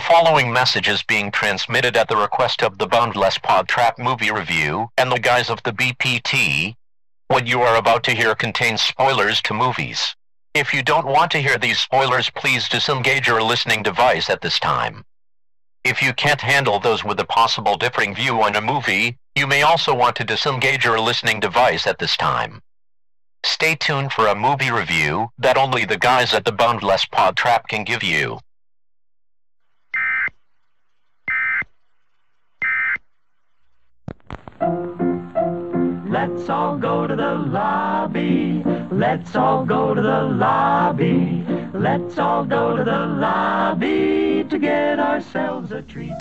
following message is being transmitted at the request of the Boundless Pod Trap Movie Review and the guys of the BPT. What you are about to hear contains spoilers to movies. If you don't want to hear these spoilers, please disengage your listening device at this time. If you can't handle those with a possible differing view on a movie, you may also want to disengage your listening device at this time. Stay tuned for a movie review that only the guys at the Boundless Pod Trap can give you. Let's all go to the lobby. Let's all go to the lobby. Let's all go to the lobby to get ourselves a treat.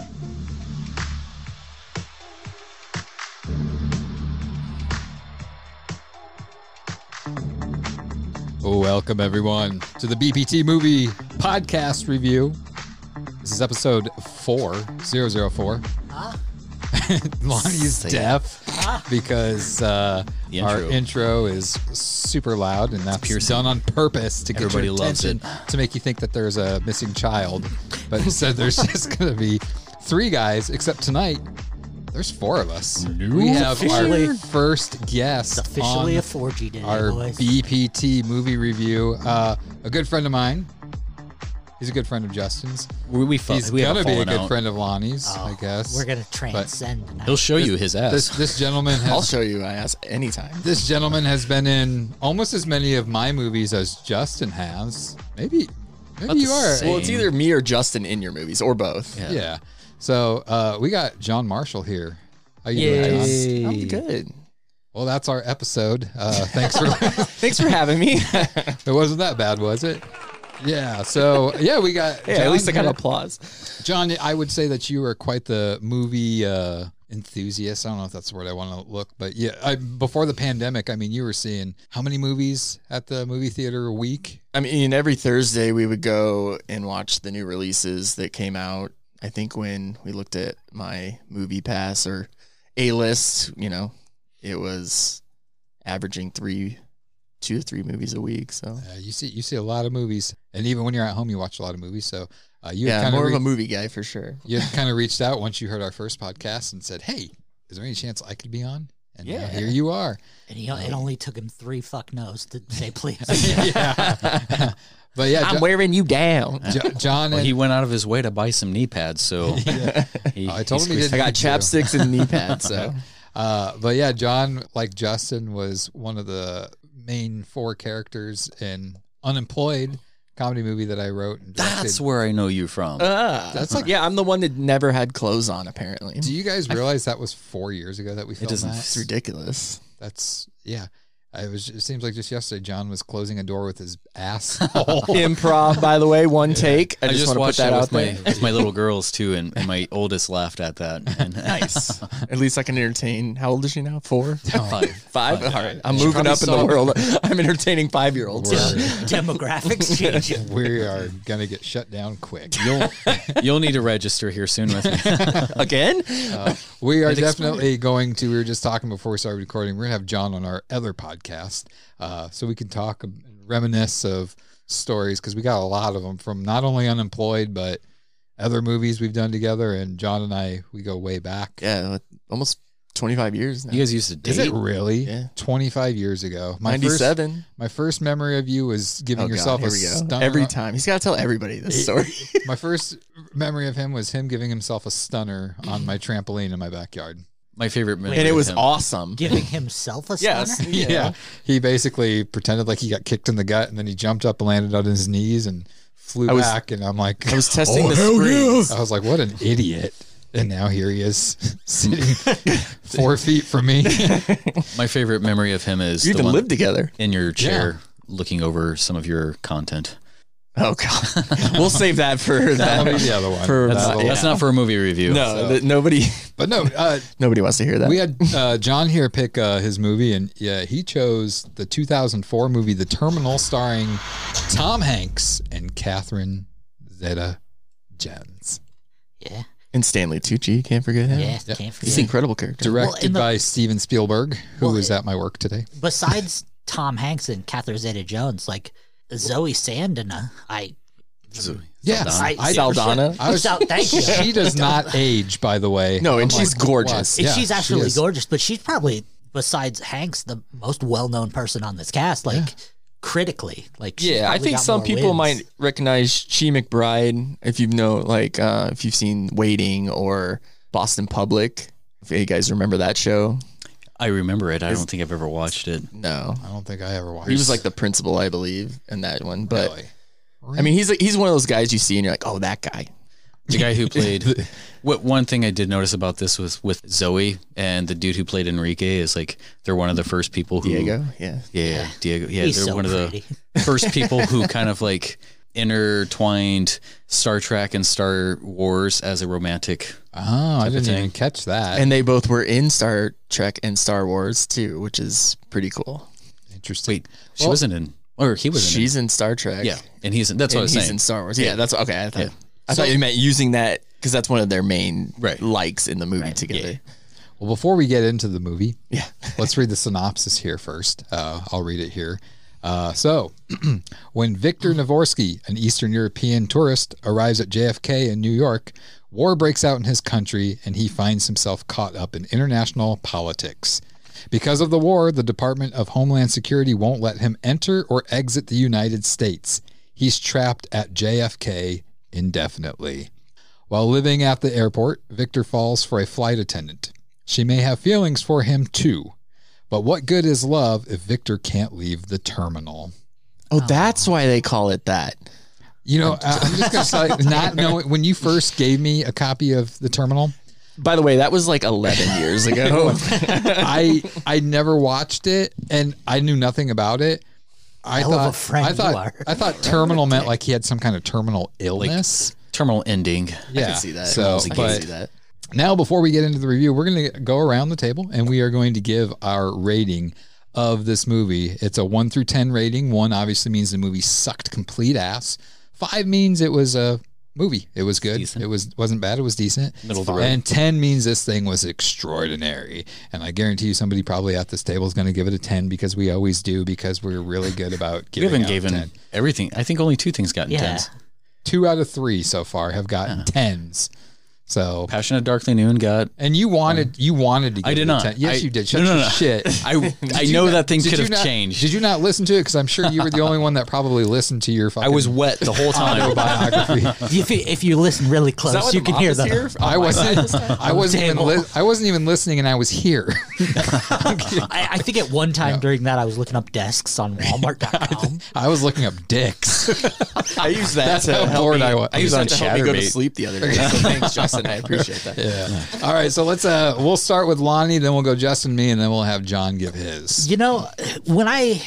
Welcome, everyone, to the BPT Movie Podcast Review. This is episode 4004. Lonnie's Say it. deaf because uh, The our intro. intro is super loud, and that's piercing. done on purpose to get Everybody your loves attention, to make you think that there's a missing child. But so there's just going to be three guys, except tonight. There's four of us. We have our Officially- first guest It's officially on a 4G day, our boys. BPT movie review. Uh, a good friend of mine. He's a good friend of Justin's. We, we fu- He's we have gonna be a falling good out. friend of Lonnie's, Oh, I guess. We're gonna transcend. tonight. He'll show you his ass. this this gentleman I'll has show you my ass anytime. this gentleman has been in almost as many of my movies as Justin has. Maybe maybe About the you are. same. Well, it's either me or Justin in your movies, or both. Yeah. Yeah. So uh, we got John Marshall here. How you doing, John? I'm good. Well, that's our episode. Uh, thanks for Thanks for having me. yeah, it wasn't that bad, was it? Yeah. So yeah, we got at least I John got here. applause. John, I would say that you are quite the movie uh, enthusiast. I don't know if that's the word I want to look, but yeah, I, before the pandemic, I mean, you were seeing how many movies at the movie theater a week? I mean, every Thursday we would go and watch the new releases that came out. I think when we looked at my movie pass or A list, you know, it was averaging three, two to three movies a week. So Uh, you see, you see a lot of movies, and even when you're at home, you watch a lot of movies. So uh, you yeah, kind of more of a movie guy for sure. you kind of reached out once you heard our first podcast and said, "Hey, is there any chance I could be on?" And now Yeah. here you are. And he, it only took him three fuck no's to say please. yeah, but yeah, Jo- I'm wearing you down. Jo- John Well, and he went out of his way to buy some knee pads, so he, I told him he squeezed- didn't need I got to. chapsticks and knee pads. So Uh, but yeah, John, like Justin, was one of the main four characters in Unemployed comedy movie that I wrote. And directed. That's where I know you from. Ah, That's like- yeah. I'm the one that never had clothes on. Apparently, Do you guys realize that was four years ago that we filmed doesn't that? it's ridiculous. That's yeah. I was. It seems like just yesterday, John was closing a door with his asshole. Improv, by the way, one take. I, I, just, just want watched to put that, that, out with my there. with my little girls too, and, and my oldest laughed at that. And Nice. At least I can entertain. How old is she now? Four. Five. Five. All right. I'm She moving probably up in the saw- world. I'm entertaining five year olds. We're- Demographics changing. we are gonna get shut down quick. You'll you'll need to register here soon with me. Again? We are It exploded. definitely going to. We were just talking before we started recording. We're gonna have John on our other podcast, uh, so we can talk and reminisce of stories because we got a lot of them from not only unemployed but other movies we've done together. And John and I, we go way back. yeah, like, almost 25 years now. You guys used to date. Is it really? Yeah. Twenty five years ago. My first, 97. my first memory of you was giving Oh, God, yourself here a we go. stunner. Every time. He's got to tell everybody this story. My first memory of him was him giving himself a stunner on my trampoline in my backyard. my favorite memory and it of was him. awesome. Giving himself a Yes. stunner? yeah. He basically pretended like he got kicked in the gut and then he jumped up and landed on his knees and flew I was- back. And I'm like, I was testing "Oh, the hell springs. yeah." I was like, what an idiot. And now here he is sitting four feet from me. My favorite memory of him is You the even one lived together. in your chair looking over some of your content. Oh, God. we'll save that for That'll be that. the other one. That'll For That's, be the Uh, yeah. that's not for a movie review. No, that nobody one. But no, uh, nobody wants to hear that. we had uh, John here pick uh, his movie, and yeah, he chose the 2004 movie The Terminal, starring Tom Hanks and Catherine Zeta Jones. Yeah. And Stanley Tucci, can't forget him. Yeah. Yeah. Can't He's forget. an incredible character. Directed in the- by Steven Spielberg, who Well, was at my work today. Besides Tom Hanks and Catherine Zeta Jones, like Zoe Sandana, I Yes. Saldana. I- Saldana? I was- Sal- thank you. She does not age, by the way. No, and I'm she's gorgeous. And Yeah, she's she actually is. gorgeous, but she's probably besides Hanks the most well-known person on this cast. Like critically, like she's Yeah, I probably think got some more people wins. might recognize She McBride if you know, like, uh, if you've seen Waiting or Boston Public. If you guys remember that show, I remember it. I don't think I've ever watched it. no, I don't think I ever watched. he was like the principal, I believe, in that one. But Really? I mean, he's like, he's one of those guys you see and you're like, oh, that guy. The guy who played. what one thing I did notice about this was with Zoe and the dude who played Enrique is like they're one of the first people who Diego, yeah. Yeah, Diego. Yeah, He's they're so one pretty. of the first people who kind of like intertwined Star Trek and Star Wars as a romantic. oh, I didn't thing. even catch that. And they both were in Star Trek and Star Wars too, which is pretty cool. Interesting. Wait, she Well- wasn't in, or he was in. She's in Star Trek. it. yeah, and he's in. That's what I and was he's saying. in Star Wars. Yeah, that's okay. I thought, Yeah. I thought you meant using that because that's one of their main Right. likes in the movie together. Well, before we get into the movie, Yeah. Let's read the synopsis here first. Uh, I'll read it here. Uh, so, when Victor Navorsky, an Eastern European tourist, arrives at JFK in New York, war breaks out in his country and he finds himself caught up in international politics. Because of the war, the Department of Homeland Security won't let him enter or exit the United States. He's trapped at JFK indefinitely. While living at the airport, Victor falls for a flight attendant. She may have feelings for him too. But what good is love if Victor can't leave the terminal? Oh, that's why they call it that. You know, I- I'm just gonna say, not knowing when you first gave me a copy of the terminal, By the way, that was like 11 years ago. I I never watched it and I knew nothing about it. I Hell of thought a friend I you thought are. I thought terminal meant like he had some kind of terminal illness. Terminal ending. yeah, I can see that. So, I can but see that. Now, before we get into the review, we're going to go around the table and we are going to give our rating of this movie. It's a one through 10 rating. One obviously means the movie sucked complete ass, five means it was a movie. It was good. decent. It was, wasn't bad. It was decent. Middle of the road. And 10 means this thing was extraordinary. And I guarantee you somebody probably at this table is going to give it a 10 because we always do because we're really good about We giving haven't out given 10. everything. I think only two things got Yeah. intense. Two out of three so far have gotten 10s. So Passion of Darkly Noon got. And you wanted you wanted to. Give Mm. I did it a not. 10. Yes, I- you did. Shut no, no, your no. shit. I I Did you know not- that thing did could you have not- changed. Did you not listen to it? Because I'm sure you were the only one that probably listened to your. Fucking I was Oh wet the whole time. biography. If you, if you listen really that close, what you the can mop hear is them. here? I wasn't. I wasn't even. Table. Li- I wasn't even listening, and I was here. I, I think at one time during that, I was looking up desks on Walmart.com. I was looking up dicks. I use that That's to how help bored me- I was. I use I that was to on help me go to Chatterbait. sleep the other day. So thanks, Justin. I appreciate that. Yeah. All right. So let's. Uh, we'll start with Lonnie, then we'll go Justin, me, and then we'll have John give his. You know, when I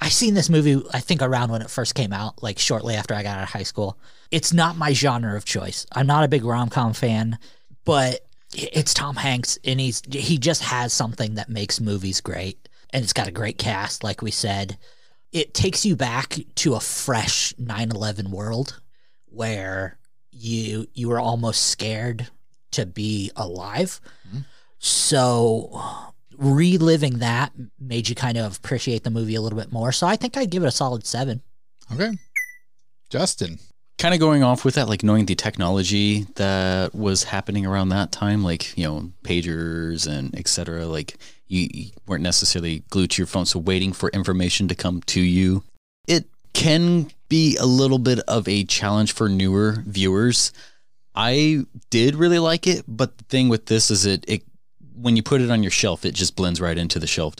I seen this movie, I think around when it first came out, like shortly after I got out of high school. It's not my genre of choice. I'm not a big rom com fan, but it's Tom Hanks, and he's he just has something that makes movies great, and it's got a great cast, like we said. It takes you back to a fresh 9/11 world where you you were almost scared to be alive. So reliving that made you kind of appreciate the movie a little bit more. So I think I'd give it a solid seven. Okay. Justin. kind of going off with that, like knowing the technology that was happening around that time, like you know pagers and etc. Like you, you weren't necessarily glued to your phone, so waiting for information to come to you. It can be a little bit of a challenge for newer viewers. I did really like it, but the thing with this is it, it when you put it on your shelf, it just blends right into the shelf.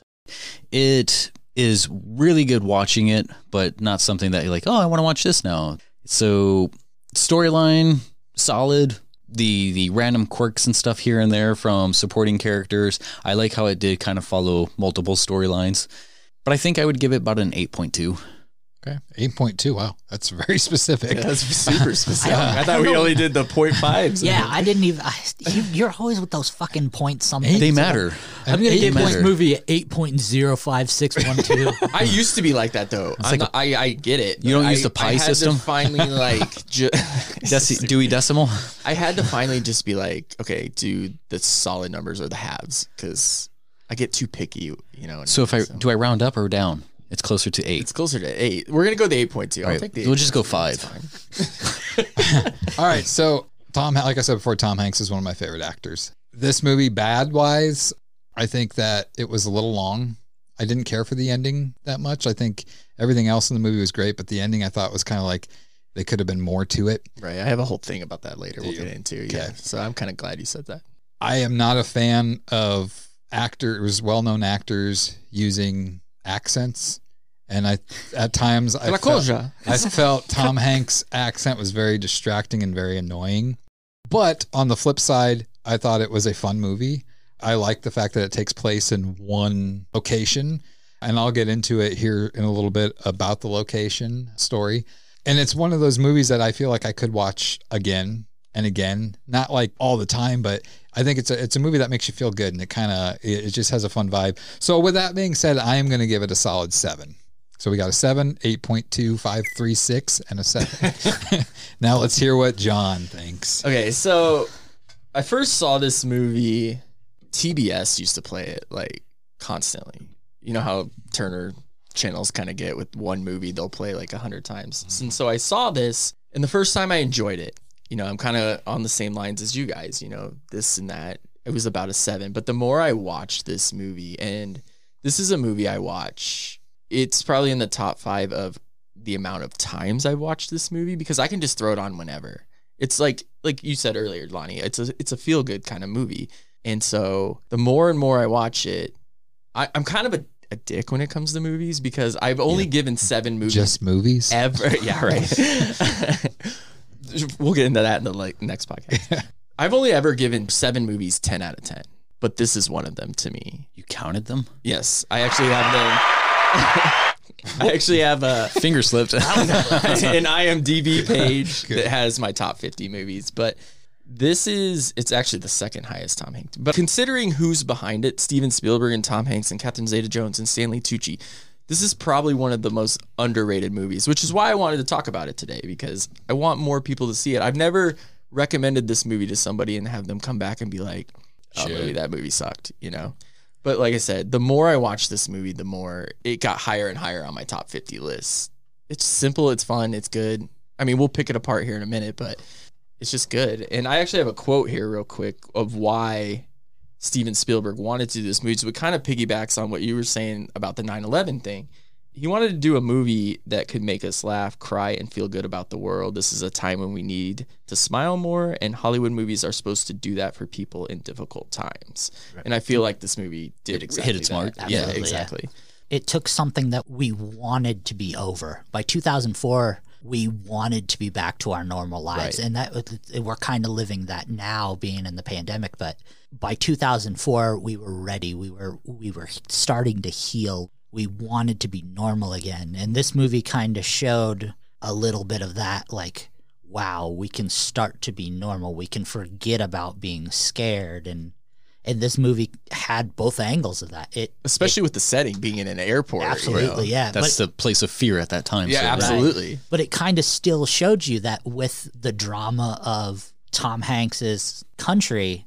It is really good watching it, but not something that you're like, oh, I want to watch this now. So storyline solid. The the random quirks and stuff here and there from supporting characters. I like how it did kind of follow multiple storylines. But I think I would give it about an eight point two. Okay. Eight point two. Wow, that's very specific. That's super specific. I thought we only did the point fives. Yeah, I didn't even. I, you, you're always with those fucking points. Something They matter. I'm gonna Eight give this matter. movie eight point zero five six one two. I used to be like that though. I'm not- I I get it. You don't I- use the pie I had to system? finally, like, ju- Deci- Dewey Decimal. I had to finally just be like, okay, do the solid numbers or the halves because I get too picky, you know. and So if I do I round up or down? It's closer to eight. It's closer to eight. We're gonna go the eight point two. I'll Right. take the. We'll just go 8.2. It's five. fine. All right, so Tom, like I said before, Tom Hanks is one of my favorite actors. This movie, bad wise, I think that it was a little long. I didn't care for the ending that much. I think everything else in the movie was great, but the ending I thought was kind of like they could have been more to it. Right. I have a whole thing about that later. Do we'll you? get into. Okay. Yeah. So I'm kind of glad you said that. I am not a fan of actors, well-known actors using accents, and I at times I felt- I felt Tom Hanks' accent was very distracting and very annoying. But on the flip side, I thought it was a fun movie. I like the fact that it takes place in one location. And I'll get into it here in a little bit about the location story. And it's one of those movies that I feel like I could watch again and again, not like all the time, but I think it's a it's a movie that makes you feel good and it kind of it, it just has a fun vibe. So with that being said, I am going to give it a solid 7. So we got a 7, 8.2, 536 and a 7. now let's hear what John thinks. Okay, so I first saw this movie. TBS used to play it like constantly. You know how Turner channels kind of get with one movie, they'll play like a hundred times. And so I saw this, and the first time I enjoyed it. You know, I'm kind of on the same lines as you guys, you know, this and that. It was about a seven. But the more I watched this movie, and this is a movie I watch, it's probably in the top five of the amount of times I watched this movie because I can just throw it on whenever it's like like you said earlier, Lonnie. It's a it's a feel good kind of movie, and so the more and more I watch it, I, I'm kind of a, a dick when it comes to movies because I've only given seven movies Just movies? ever. Yeah, right. we'll get into that in the like next podcast. I've only ever given seven movies ten out of ten, but this is one of them to me. You counted them? Yes, I actually have the. I actually have a Finger slipped. an IMDb page that has my top 50 movies, but this is it's actually the second highest Tom Hanks. But considering who's behind it, Steven Spielberg and Tom Hanks and Captain Zeta Jones and Stanley Tucci, this is probably one of the most underrated movies, which is why I wanted to talk about it today because I want more people to see it. I've never recommended this movie to somebody and have them come back and be like, "Oh, Shit. movie, that movie sucked," you know. But like I said, the more I watched this movie, the more it got higher and higher on my top 50 list. It's simple, it's fun, it's good. I mean, we'll pick it apart here in a minute, but it's just good. And I actually have a quote here, real quick, of why Steven Spielberg wanted to do this movie. So it kind of piggybacks on what you were saying about the 9 11 thing. He wanted to do a movie that could make us laugh, cry, and feel good about the world. This is a time when we need to smile more, and Hollywood movies are supposed to do that for people in difficult times. And I feel like this movie did exactly its that. mark. Yeah, Absolutely, yeah. exactly. it took something that we wanted to be over. By 2004, we wanted to be back to our normal lives, and that was- we're kind of living that now, being in the pandemic. But by 2004, we were ready. We were we were starting to heal. We wanted to be normal again, and this movie kind of showed a little bit of that, like. Wow, we can start to be normal. We can forget about being scared, and and this movie had both angles of that. It Especially with the setting being in an airport. you know? absolutely, yeah, but- That's the place of fear at that time. Yeah, so- absolutely. but it kind of still showed you that with the drama of Tom Hanks's country,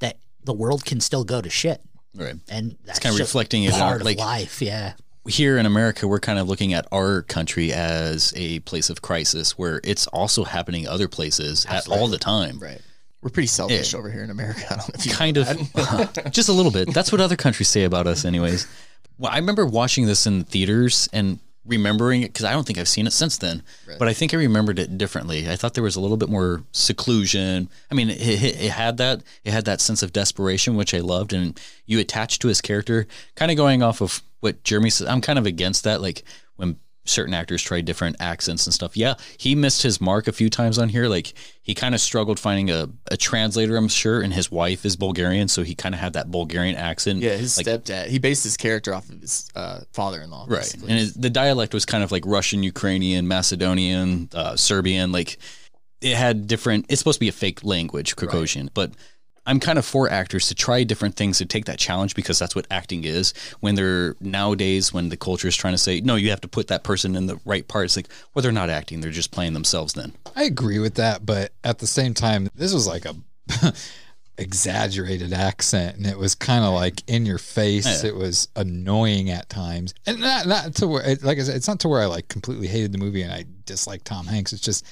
that the world can still go to shit, Right. and that's kinda just reflecting it part out, of like- life. Yeah, Here in America, we're kind of looking at our country as a place of crisis where it's also happening other places at all the time. Right. We're pretty selfish over here in America. I don't know if you kind of just a little bit that's what other countries say about us anyways well i remember watching this in theaters and remembering it because i don't think i've seen it since then but i think i remembered it differently i thought there was a little bit more seclusion i mean it, it, it had that it had that sense of desperation which i loved and you attached to his character kind of going off of what jeremy says i'm kind of against that like when certain actors try different accents and stuff. Yeah, he missed his mark a few times on here. Like he kind of struggled finding a, a translator, I'm sure, and his wife is Bulgarian, so he kind of had that Bulgarian accent. Yeah, his like, stepdad. He based his character off of his uh, father-in-law. Right. basically. And his, the dialect was kind of like Russian, Ukrainian, Macedonian, uh, Serbian. Like it had different, it's supposed to be a fake language, Caucasian, but I'm kind of for actors to try different things to take that challenge because that's what acting is. When they're nowadays, when the culture is trying to say, no, you have to put that person in the right part, it's like, well, they're not acting. They're just playing themselves then. I agree with that, but at the same time, this was like a exaggerated accent and it was kind of like in your face Yeah. it was annoying at times and not not to where it- like i said it's not to where i like completely hated the movie and i dislike tom hanks it's just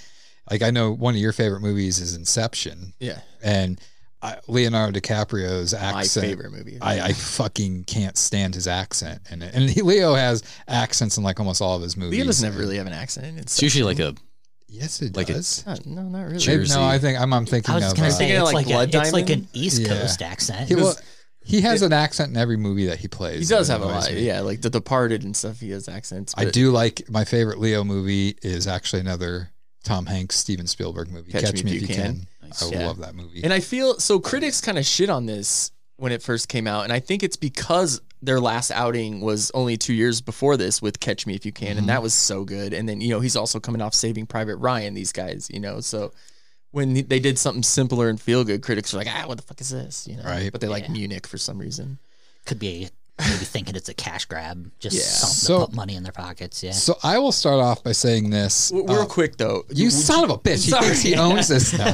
like i know one of your favorite movies is inception Yeah, and I, leonardo dicaprio's accent my favorite movie. I, I fucking can't stand his accent and and he, leo has accents in like almost all of his movies Leo doesn't ever really have an accent. In It's usually like a yes it Like it- does Not, no, not really. Sure. Jersey. no i think i'm, I'm thinking I was of just gonna uh, say Thinking it's of, like, like, a, Blood it's like an Diamond? East Yeah. Coast accent. He, well, Because- he has an accent in every movie that he plays. He does It have a annoys lot. me. Yeah, like The Departed and stuff. He has accents. I but do like my favorite Leo movie is actually another Tom Hanks, Steven Spielberg movie, Catch, Me, If You Can. Nice. I Yeah. love that movie. And I feel so. Critics kind of shit on this when it first came out, and I think it's because their last outing was only two years before this with Catch Me If You Can, Mhm. and that was so good. And then you know he's also coming off Saving Private Ryan. These guys, you know, so when they did something simpler and feel good, critics were like, ah, what the fuck is this? You know, Right. But they like Yeah. Munich for some reason. Could be maybe thinking it's a cash grab, just Yeah. something So- to put money in their pockets. Yeah. so I will start off by saying this. W- Real uh, quick though, you would son of a bitch. He Sorry. thinks he owns this now.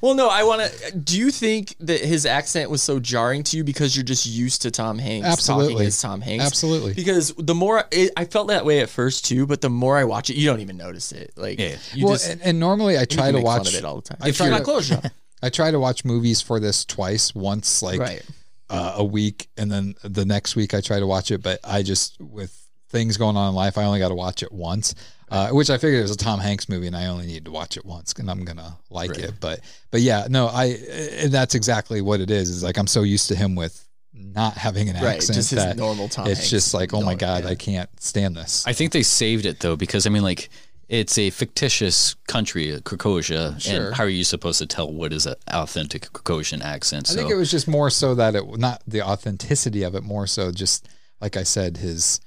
Well, no, I want to. Do you think that his accent was so jarring to you because you're just used to Tom Hanks Absolutely. talking as Tom Hanks? Absolutely. Because the more it, I felt that way at first too, but the more I watch it, you don't even notice it. Like, Yeah. you well, just and, and normally I you try can to make fun watch of it all the time. I if try you're to- not close enough, I try to watch movies for this twice. Once like right? uh, a week and then the next week I try to watch it, but I just with things going on in life, I only got to watch it once. Uh, which I figured it was a Tom Hanks movie, and I only need to watch it once, and I'm gonna like Right. it. But but yeah, no, I and that's exactly what it is. Is like I'm so used to him with not having an Right, accent just his that normal Tom. it's Hanks. just like, oh my Don't- god, yeah. I can't stand this. I think they saved it though because I mean like it's a fictitious country, Krakosia, Sure. and how are you supposed to tell what is an authentic Krakosian accent? I So think it was just more so that it not the authenticity of it, more so just like I said, his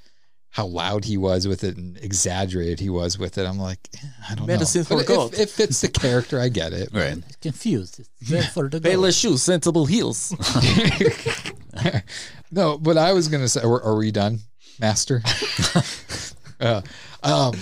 how loud he was with it and exaggerated he was with it. I'm like, eh, I don't Medicine know. for But gold. It, it fits the character. I get it. right. It's confused. It's there for the goal. Payless shoes, sensible heels. No, but I was gonna say, are, are we done, Master? uh, um,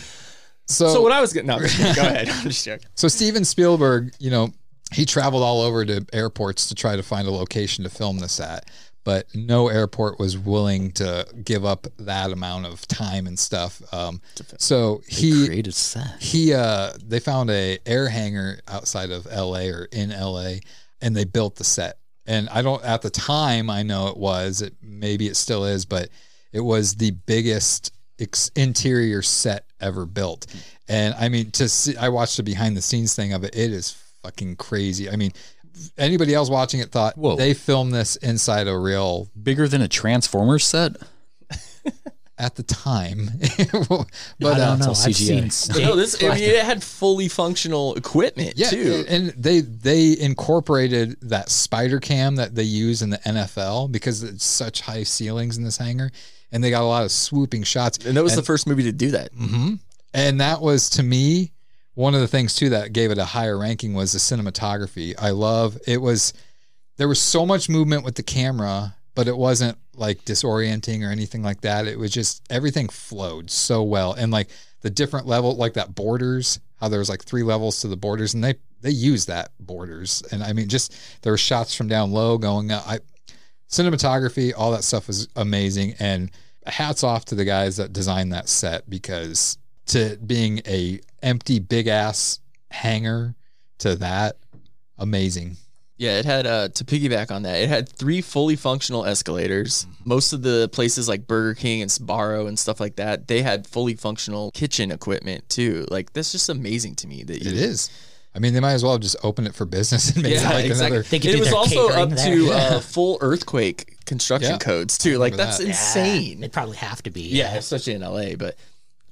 so so what I was getting, no, I'm just kidding. go ahead. I'm just joking. So Steven Spielberg, you know, he traveled all over to airports to try to find a location to film this at, but no airport was willing to give up that amount of time and stuff. Um, so They he created set. he uh, they found a air hangar outside of L.A. or in L.A. and they built the set. And I don't at the time I know it was it, maybe it still is, but it was the biggest ex- interior set ever built. And I mean, to see, I watched the behind the scenes thing of it. It is fucking crazy. I mean, anybody else watching it thought Whoa. they filmed this inside a real Bigger than a Transformers set? at the time. I but uh, don't it's know. all I've CGI. seen But no, state- this I mean, it had fully functional equipment Yeah, too. and they they incorporated that spider cam that they use in the NFL because it's such high ceilings in this hangar, and they got a lot of swooping shots. and that was the first movie to do that. hmm And that was to me one of the things too that gave it a higher ranking was the cinematography. I love it was there was so much movement with the camera, but it wasn't like disorienting or anything like that. It was just everything flowed so well and like the different level like that borders how there was like three levels to the borders and they they use that borders and I mean just there were shots from down low going up. I cinematography, all that stuff was amazing. And hats off to the guys that designed that set because to being a empty big ass hangar to that, amazing. Yeah, it had uh, to piggyback on that. It had three fully functional escalators. Mm-hmm. Most of the places like Burger King and Sbarro and stuff like that, they had fully functional kitchen equipment too. Like that's just amazing to me that It is. I mean, they might as well have just open it for business and make Yeah, it like exactly. another. They could it do was their also catering up there. to uh, full earthquake construction Yeah. codes too. Like Remember that's that. Yeah, insane. They probably have to be. yeah, especially in LA. But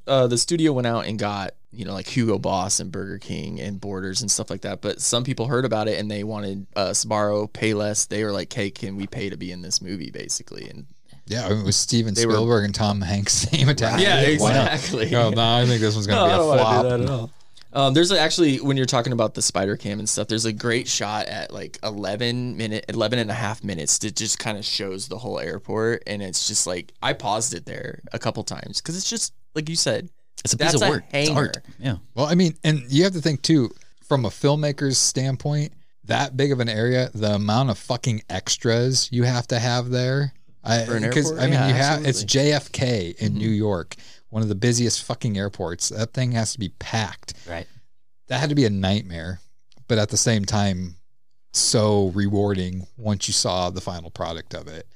uh, the studio went out and got you know like Hugo Boss and Burger King and Borders and stuff like that. But some people heard about it and they wanted uh, Sbarro, Payless. They were like, "Hey, can we pay to be in this movie?" Basically, and Yeah, I mean, it was Steven They were- Spielberg and Tom Hanks same attack. yeah, Why not? exactly. Oh no, I think this one's gonna be a flop. that at all. Um, there's actually when you're talking about the spider cam and stuff, there's a great shot at like 11 minute, 11 and a half minutes that just kind of shows the whole airport, and it's just like I paused it there a couple times because it's just like you said, It's a piece That's of a work. It's hanger. art. Yeah. Well, I mean, and you have to think too, from a filmmaker's standpoint, that big of an area, the amount of fucking extras you have to have there. I For an because airport? I mean Yeah, you have it's absolutely. JFK in Mhm. New York, one of the busiest fucking airports. That thing has to be packed. Right. That had to be a nightmare, but at the same time, so rewarding once you saw the final product of it.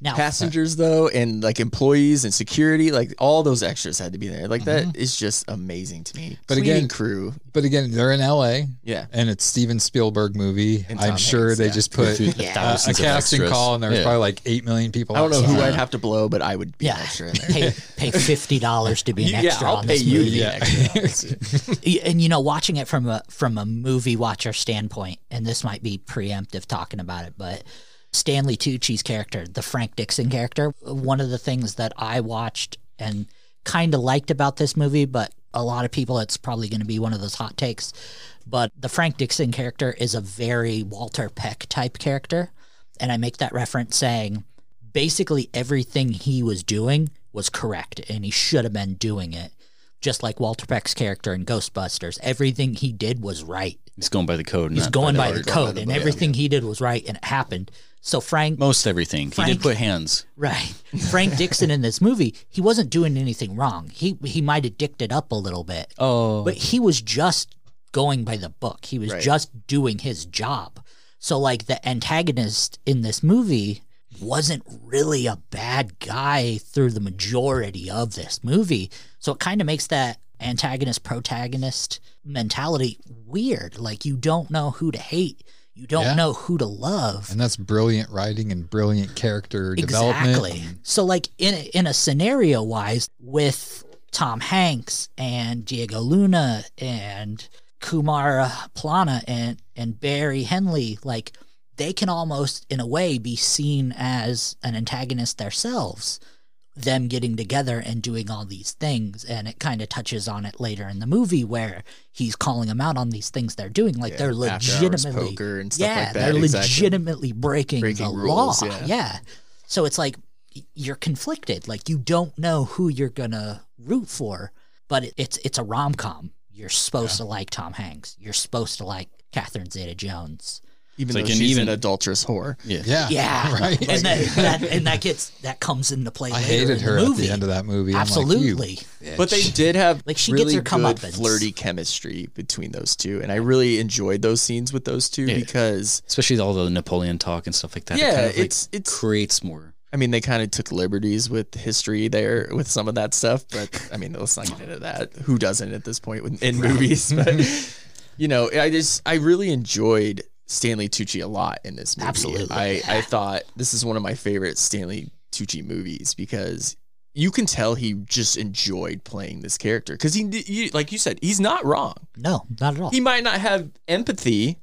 Now, Passengers though, and like employees and security, like all those extras had to be there. Like Mm-hmm. that is just amazing to me. But Cleaning again- crew, But again, they're in LA yeah, and it's Steven Spielberg movie. And Tom I'm sure Hanks, they yeah. just put Through a, the Yeah. a thousands of casting extras. call and there was Yeah. probably like 8 million people. I don't know who outside. I'd have to blow, but I would be an Yeah. extra in there. pay pay fifty dollars to be an yeah, extra I'll on pay this you movie. the Yeah. extra. Y- and you know watching it from a from a movie watcher standpoint and this might be preemptive talking about it but stanley tucci's character the frank dixon character one of the things that i watched and kind of liked about this movie but a lot of people it's probably going to be one of those hot takes but the frank dixon character is a very walter peck type character and i make that reference saying basically everything he was doing was correct and he should have been doing it just like Walter Peck's character in Ghostbusters, everything he did was right. He's going by the code. He's not going by the the art. code, and everything he did was right, and it happened. So Frank, Most everything. He Frank- did put hands. right? Frank Dixon in this movie, he wasn't doing anything wrong. He he might have dicked it up a little bit, Oh, but he was just going by the book. He was Right. just doing his job. So like the antagonist in this movie wasn't really a bad guy through the majority of this movie. So it kind of makes that antagonist protagonist mentality weird. Like you don't know who to hate. You don't Yeah. know who to love. And that's brilliant writing and brilliant character Exactly. development. So, like in a, in a scenario wise, with Tom Hanks and Diego Luna and Kumar Plana and and Barry Henley, like they can almost, in a way, be seen as an antagonist themselves. Them getting together and doing all these things, and it kind of touches on it later in the movie where he's calling them out on these things they're doing, like they're After hours legitimately poker and stuff yeah, like that. they're exactly. legitimately breaking, Breaking the rules, law. yeah. Yeah. So it's like y- you're conflicted. Like you don't know who you're gonna root for, but it, it's it's a rom com. You're supposed to like Tom Hanks. You're supposed to like Catherine Zeta Jones. Even It's like though an she's even- an adultress whore. yeah. Yeah. Yeah. Right. And that, that and that gets that comes into play. I later hated in her the at movie. the end of that movie. Absolutely. I'm like, you But they bitch. did have Like, she gets really her good comeuppance. flirty chemistry between those two, and I really enjoyed those scenes with those two Yeah. because Especially all the Napoleon talk and stuff like that. It yeah, kind of, like, it's it's. creates more. I mean, they kind of took liberties with history there with some of that stuff, but I mean, let's not get into that. Who doesn't at this point with, in movies? But you know, I just I really enjoyed Stanley Tucci a lot in this movie. Absolutely, I I yeah. thought this is one of my favorite Stanley Tucci movies because you can tell he just enjoyed playing this character because he, you, like you said, he's not wrong No, not at all. he might not have empathy,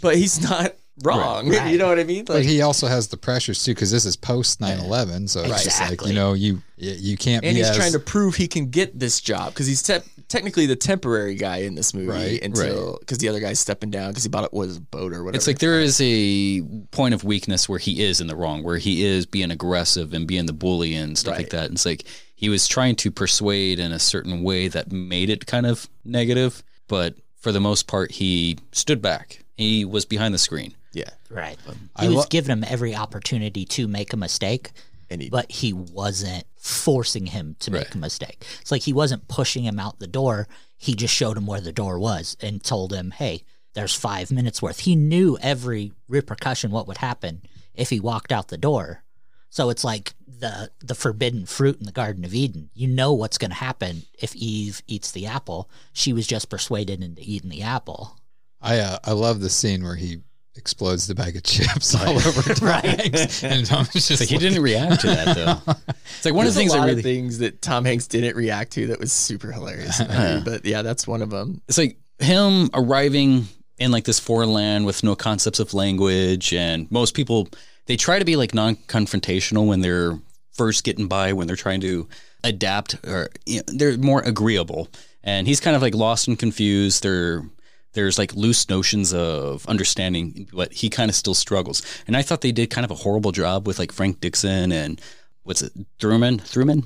but he's not wrong. Right. You know what I mean? But he also has the pressures too, because this is post 9 11. So it's just like, Exactly. you know, you you can't and be he's as- trying to prove he can get this job because he's te- technically the temporary guy in this movie Right, until because the other guy's stepping down because he bought it was a boat or whatever. It's like there is a point of weakness where he is in the wrong, where he is being aggressive and being the bully and stuff Right. like that. And it's like he was trying to persuade in a certain way that made it kind of negative, but for the most part, he stood back. He was behind the screen. yeah, right. I He was lo- giving him every opportunity to make a mistake. and he but he wasn't forcing him to make Right. a mistake. It's like he wasn't pushing him out the door. He just showed him where the door was and told him, hey, there's five minutes worth. He knew every repercussion, what would happen if he walked out the door. So it's like the the forbidden fruit in the Garden of Eden. You know what's going to happen if Eve eats the apple. She was just persuaded into eating the apple. I, uh, I love the scene where he explodes the bag of chips all over Tom Hanks. And Tom's just It's like he didn't react to that though. It's like one of There's the things a lot I of really. things that Tom Hanks didn't react to that was super hilarious. in that movie. but yeah, that's one of them. It's like him arriving in like this foreign land with no concepts of language, and most people they try to be like non-confrontational when they're first getting by, when they're trying to adapt, or you know, they're more agreeable. And he's kind of like lost and confused. They're there's like loose notions of understanding, but he kind of still struggles. And I thought they did kind of a horrible job with like Frank Dixon and what's it, Thurman, Thurman,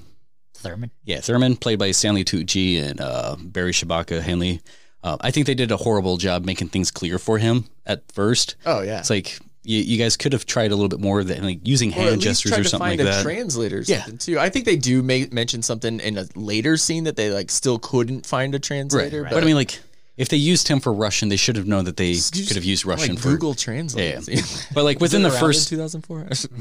Thurman. yeah, Thurman, played by Stanley Tucci and uh, Barry Shabaka Henley. Uh, I think they did a horrible job making things clear for him at first. Oh yeah. It's like you, you guys could have tried a little bit more of that, like using Or at hand least gestures try or to something like find a that. translator or Yeah. something too. I think they do ma- mention something in a later scene that they like still couldn't find a translator. But I mean, like, if they used him for Russian, they should have known that they could have used Russian like for Google Translate. Yeah. But like within the first 2004. within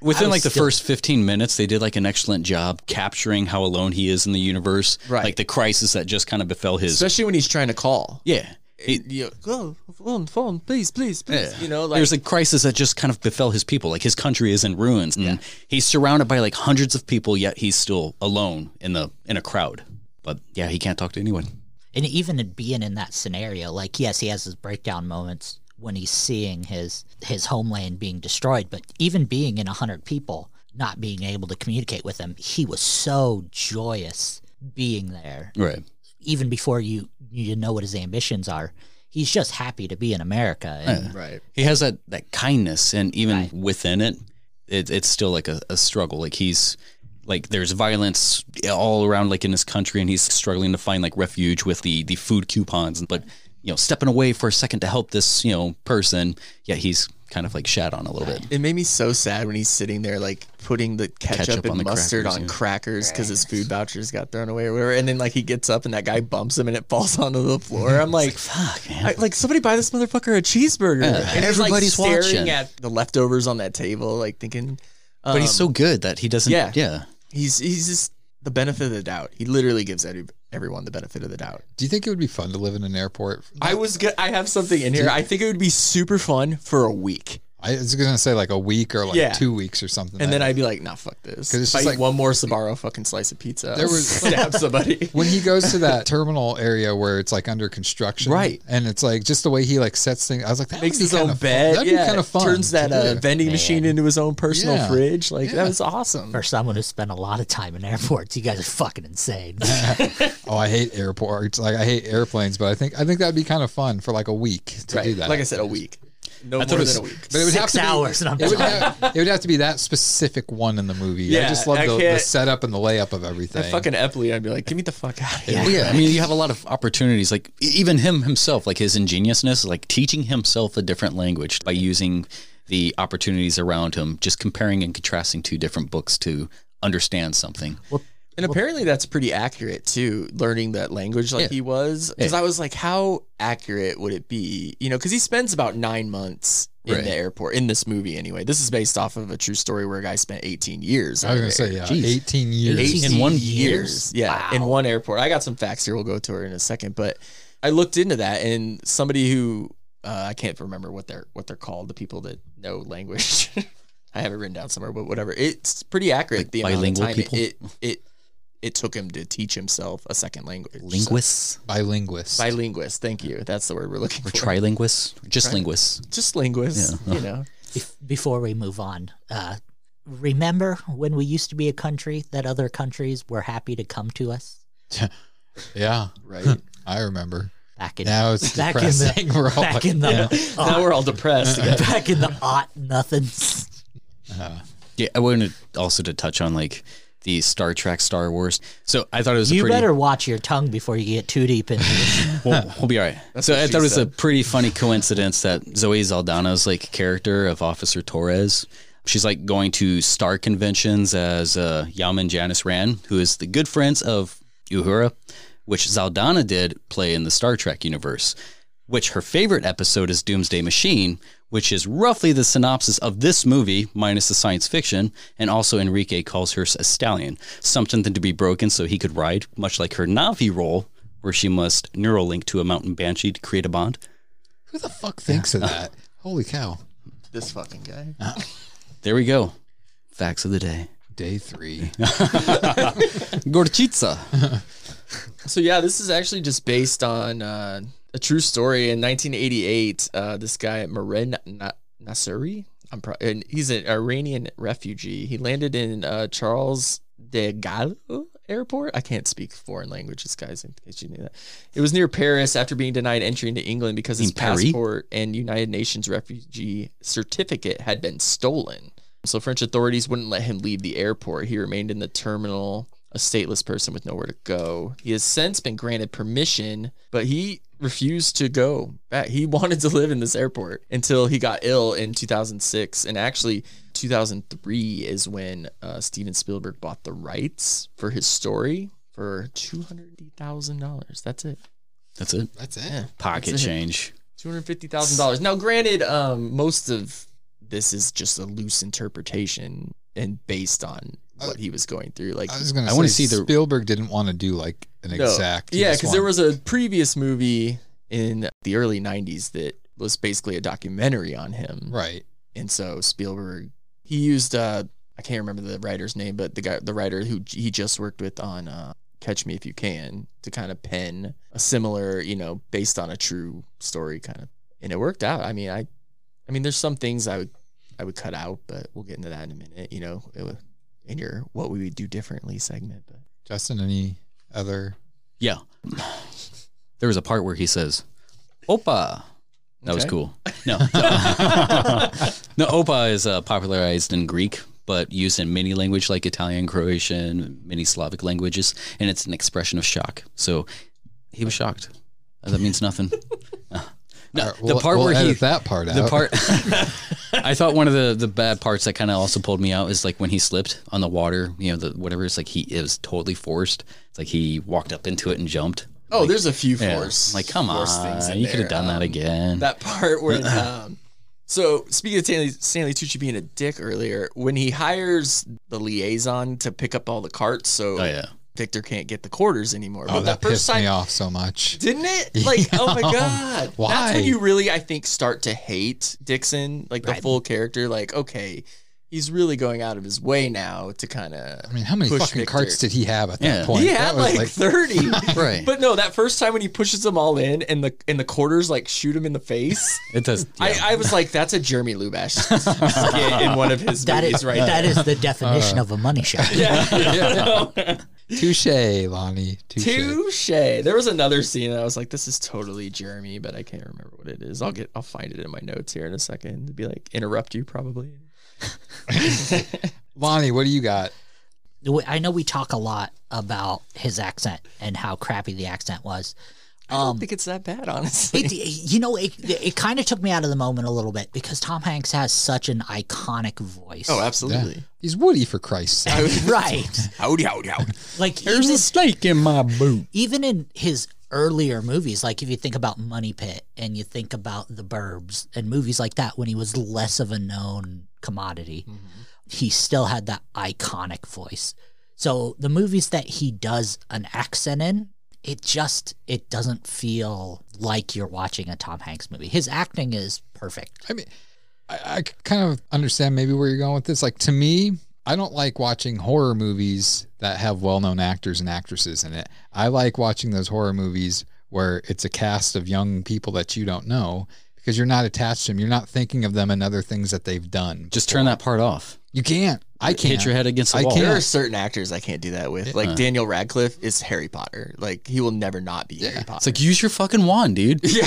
was like the still- first 15 minutes, they did like an excellent job capturing how alone he is in the universe. Right. Like the crisis that just kind of befell his. Especially when he's trying to call. yeah. It- You know, go phone, phone, please, please, please. Yeah. You know, like There's a crisis that just kind of befell his people. Like his country is in ruins, and he's surrounded by like hundreds of people, yet he's still alone in the in a crowd. But yeah, he can't talk to anyone. and even in being in that scenario like yes he has his breakdown moments when he's seeing his his homeland being destroyed but even being in 100 people not being able to communicate with them he was so joyous being there Right. even before you you know what his ambitions are he's just happy to be in america and right. He has that that kindness, and even Right. within it, it, it's still like a, a struggle. Like he's like there's violence all around, like in his country, and he's struggling to find like refuge with the the food coupons, but you know, stepping away for a second to help this you know person. Yet he's kind of like shat on a little bit. It made me so sad when he's sitting there, like putting the ketchup, Ketchup and on the mustard crackers, on yeah. crackers because his food vouchers got thrown away or whatever. And then like he gets up and that guy bumps him and it falls onto the floor. I'm like, Fuck, man. I, like somebody buy this motherfucker a cheeseburger. Yeah. And he's, like, Everybody's staring watching. at the leftovers on that table, like thinking. Um, but he's so good that he doesn't. yeah. yeah. he's he's just the benefit of the doubt. He literally gives every, everyone the benefit of the doubt. Do you think it would be fun to live in an airport? I was go- I have something in here. I think it would be super fun for a week, I was gonna say like a week or like Yeah. two weeks or something. and I- then I'd be like, nah, fuck this. 'Cause it's If I just eat like- one more Sabaro fucking slice of pizza, There there was- was stab somebody. when he goes to that terminal area where it's like under construction, Right. And it's like just the way he like sets things. I was like, that would Makes be his own kinda fun. bed. That'd yeah, be kind of fun. Turns to that uh, do. vending machine into his own personal Yeah. fridge. Like Yeah. that was awesome. for someone who spent a lot of time in airports you guys are fucking insane oh, I hate airports. Like I hate airplanes, but I think I think that'd be kind of fun for like a week to Right. do that. Like I said, a week. No I thought more it was- than a week. but it would have six to be- hours and I'm It would, done. have, it would have to be that specific one in the movie. I Yeah, just love I the, the can't- setup and the layup of everything. That fucking Epley, I'd be like, give me the fuck out of here. Well, yeah, I mean, you have a lot of opportunities. Like e- even him himself, like his ingeniousness, like teaching himself a different language by using the opportunities around him, just comparing and contrasting two different books to understand something. And apparently that's pretty accurate too, learning that language like Yeah. he was. Because Yeah. I was like, how accurate would it be? You know, because he spends about nine months in Right. the airport in this movie anyway. This is based off of a true story where a guy spent 18 years. I was gonna out say there. yeah, Jeez. eighteen years. Eight- in 18 one Yeah, in one airport. I got some facts here. We'll go to her in a second. But I looked into that, and somebody who uh, I can't remember what they're what they're called. The people that know language. I have it written down somewhere, but whatever. It's pretty accurate. Like the amount bilingual of time people? It, it it took him to teach himself a second language. Linguists bilinguist. So, bilinguist. Thank you. That's the word we're looking or for. trilinguists, or just Tri- linguists. Just linguists. You know. Bef- before we move on, uh, remember when we used to be a country that other countries were happy to come to us yeah, Right. I remember. back in Now it's back in the depressing. We're all back like- in the now we're all depressed. aught- back in the aught nothings. Yeah, I wanted also to touch on like the Star Trek, Star Wars. So I thought it was a You pretty, better watch your tongue before you get too deep into this. we'll, we'll be all right. so I she thought it was a said. pretty funny coincidence that Zoe Zaldana's like character of Officer Torres, she's like going to star conventions as uh, Yaman Janice Rand, who is the good friends of Uhura, which Zaldana did play in the Star Trek universe. Which her favorite episode is Doomsday Machine, which is roughly the synopsis of this movie, minus the science fiction. And also, Enrique calls her a stallion, something to be broken so he could ride, much like her Navi role, where she must neuralink to a mountain banshee to create a bond. Who the fuck thinks of that? Holy cow! this fucking guy. There we go. Facts of the day. Day three. Gorchitsa. So yeah, this is actually just based on uh, a true story in 1988. Uh, this guy Maren Na- Nasiri, I'm pro- and he's an Iranian refugee. He landed in uh, Charles de Gaulle Airport. I can't speak foreign languages, guys. In case you knew that, it was near Paris after being denied entry into England because his In Paris? passport and United Nations refugee certificate had been stolen. So French authorities wouldn't let him leave the airport. He remained in the terminal a stateless person with nowhere to go. He has since been granted permission, but he refused to go back. He wanted to live in this airport until he got ill in 2006. And actually, 2003 is when uh, Steven Spielberg bought the rights for his story for $250,000. That's it. That's it. That's it. Yeah. Pocket That's it. change. Two hundred fifty thousand dollars. Now, granted, um, most of this is just a loose interpretation and based on what he was going through. Like, I was gonna. I I want wanna to see see the- Spielberg didn't want to do like an no. exact. He yeah, just because there wanted- was a previous movie in the early '90s that was basically a documentary on him, right. and so Spielberg he used uh, I can't remember the writer's name, but the guy, the writer who j- he just worked with on uh, Catch Me If You Can, to kind of pen a similar, you know, based on a true story kind of, and it worked out. I mean, I, I mean, there's some things I would I would cut out, but we'll get into that in a minute. You know, it wa- in your what we would do differently segment, but Justin, any other? Yeah. There was a part where he says, Opa. That was Okay. cool. No. no, Opa is uh, popularized in Greek, but used in many languages like Italian, Croatian, many Slavic languages, and it's an expression of shock. So he was shocked. Uh, That means nothing. Uh, no, All right, the we'll- part we'll where edit he that part out. the part I thought one of the the bad parts that kind of also pulled me out is like when he slipped on the water, you know, the whatever. It's like he it was totally forced. It's like he walked up into it and jumped. oh, there's a few Yeah. force. I'm like, come force things on, in you could there. have done that Um, again. that part where um, so speaking of Stanley, Stanley Tucci being a dick earlier, when he hires the liaison to pick up all the carts, so oh yeah, Victor can't get the quarters anymore. oh, that pissed me off so much. didn't it? Like, oh my god, Why? That's when you really, I think, start to hate Dixon, like the Right. full character. Like, okay, he's really going out of his way now to kind I of. mean, how many Push fucking Victor. carts did he have at Yeah. that point? He that had was like, thirty, Right. But no, that first time when he pushes them all in, and the and the quarters like shoot him in the face. it does. yeah. I, I was like, that's a Jeremy Lubash skit in one of his That movies is right that there. is the definition of a money shot. Yeah. touche, Lonnie. Touche. Touche. There was another scene that I was like, this is totally Jeremy, but I can't remember what it is. I'll get I'll find it in my notes here in a second to be like interrupt you probably. Lonnie, what do you got? We- I know we talk a lot about his accent and how crappy the accent was. I don't Um, think it's that bad, honestly. it, you know, it, it kind of took me out of the moment a little bit because Tom Hanks has such an iconic voice. oh, absolutely. He's Woody for Christ's sake. right. Howdy, howdy, howdy. Like There's even- a snake in my boot. even in his earlier movies, like if you think about Money Pit and you think about The Burbs and movies like that, when he was less of a known commodity, he still had that iconic voice. So the movies that he does an accent in, it just it doesn't feel like you're watching a Tom Hanks movie. His acting is perfect. I mean, I, I kind of understand maybe where you're going with this. Like to me, I don't like watching horror movies that have well-known actors and actresses in it. I like watching those horror movies where it's a cast of young people that you don't know because you're not attached to them. You're not thinking of them and other things that they've done. Just turn that part off. You can't. I can't. Hit your head against the I wall. can't. There are certain actors I can't do that with. Like Daniel Radcliffe is Harry Potter. Like he will never not be Harry Potter. It's like use your fucking wand, dude. yeah.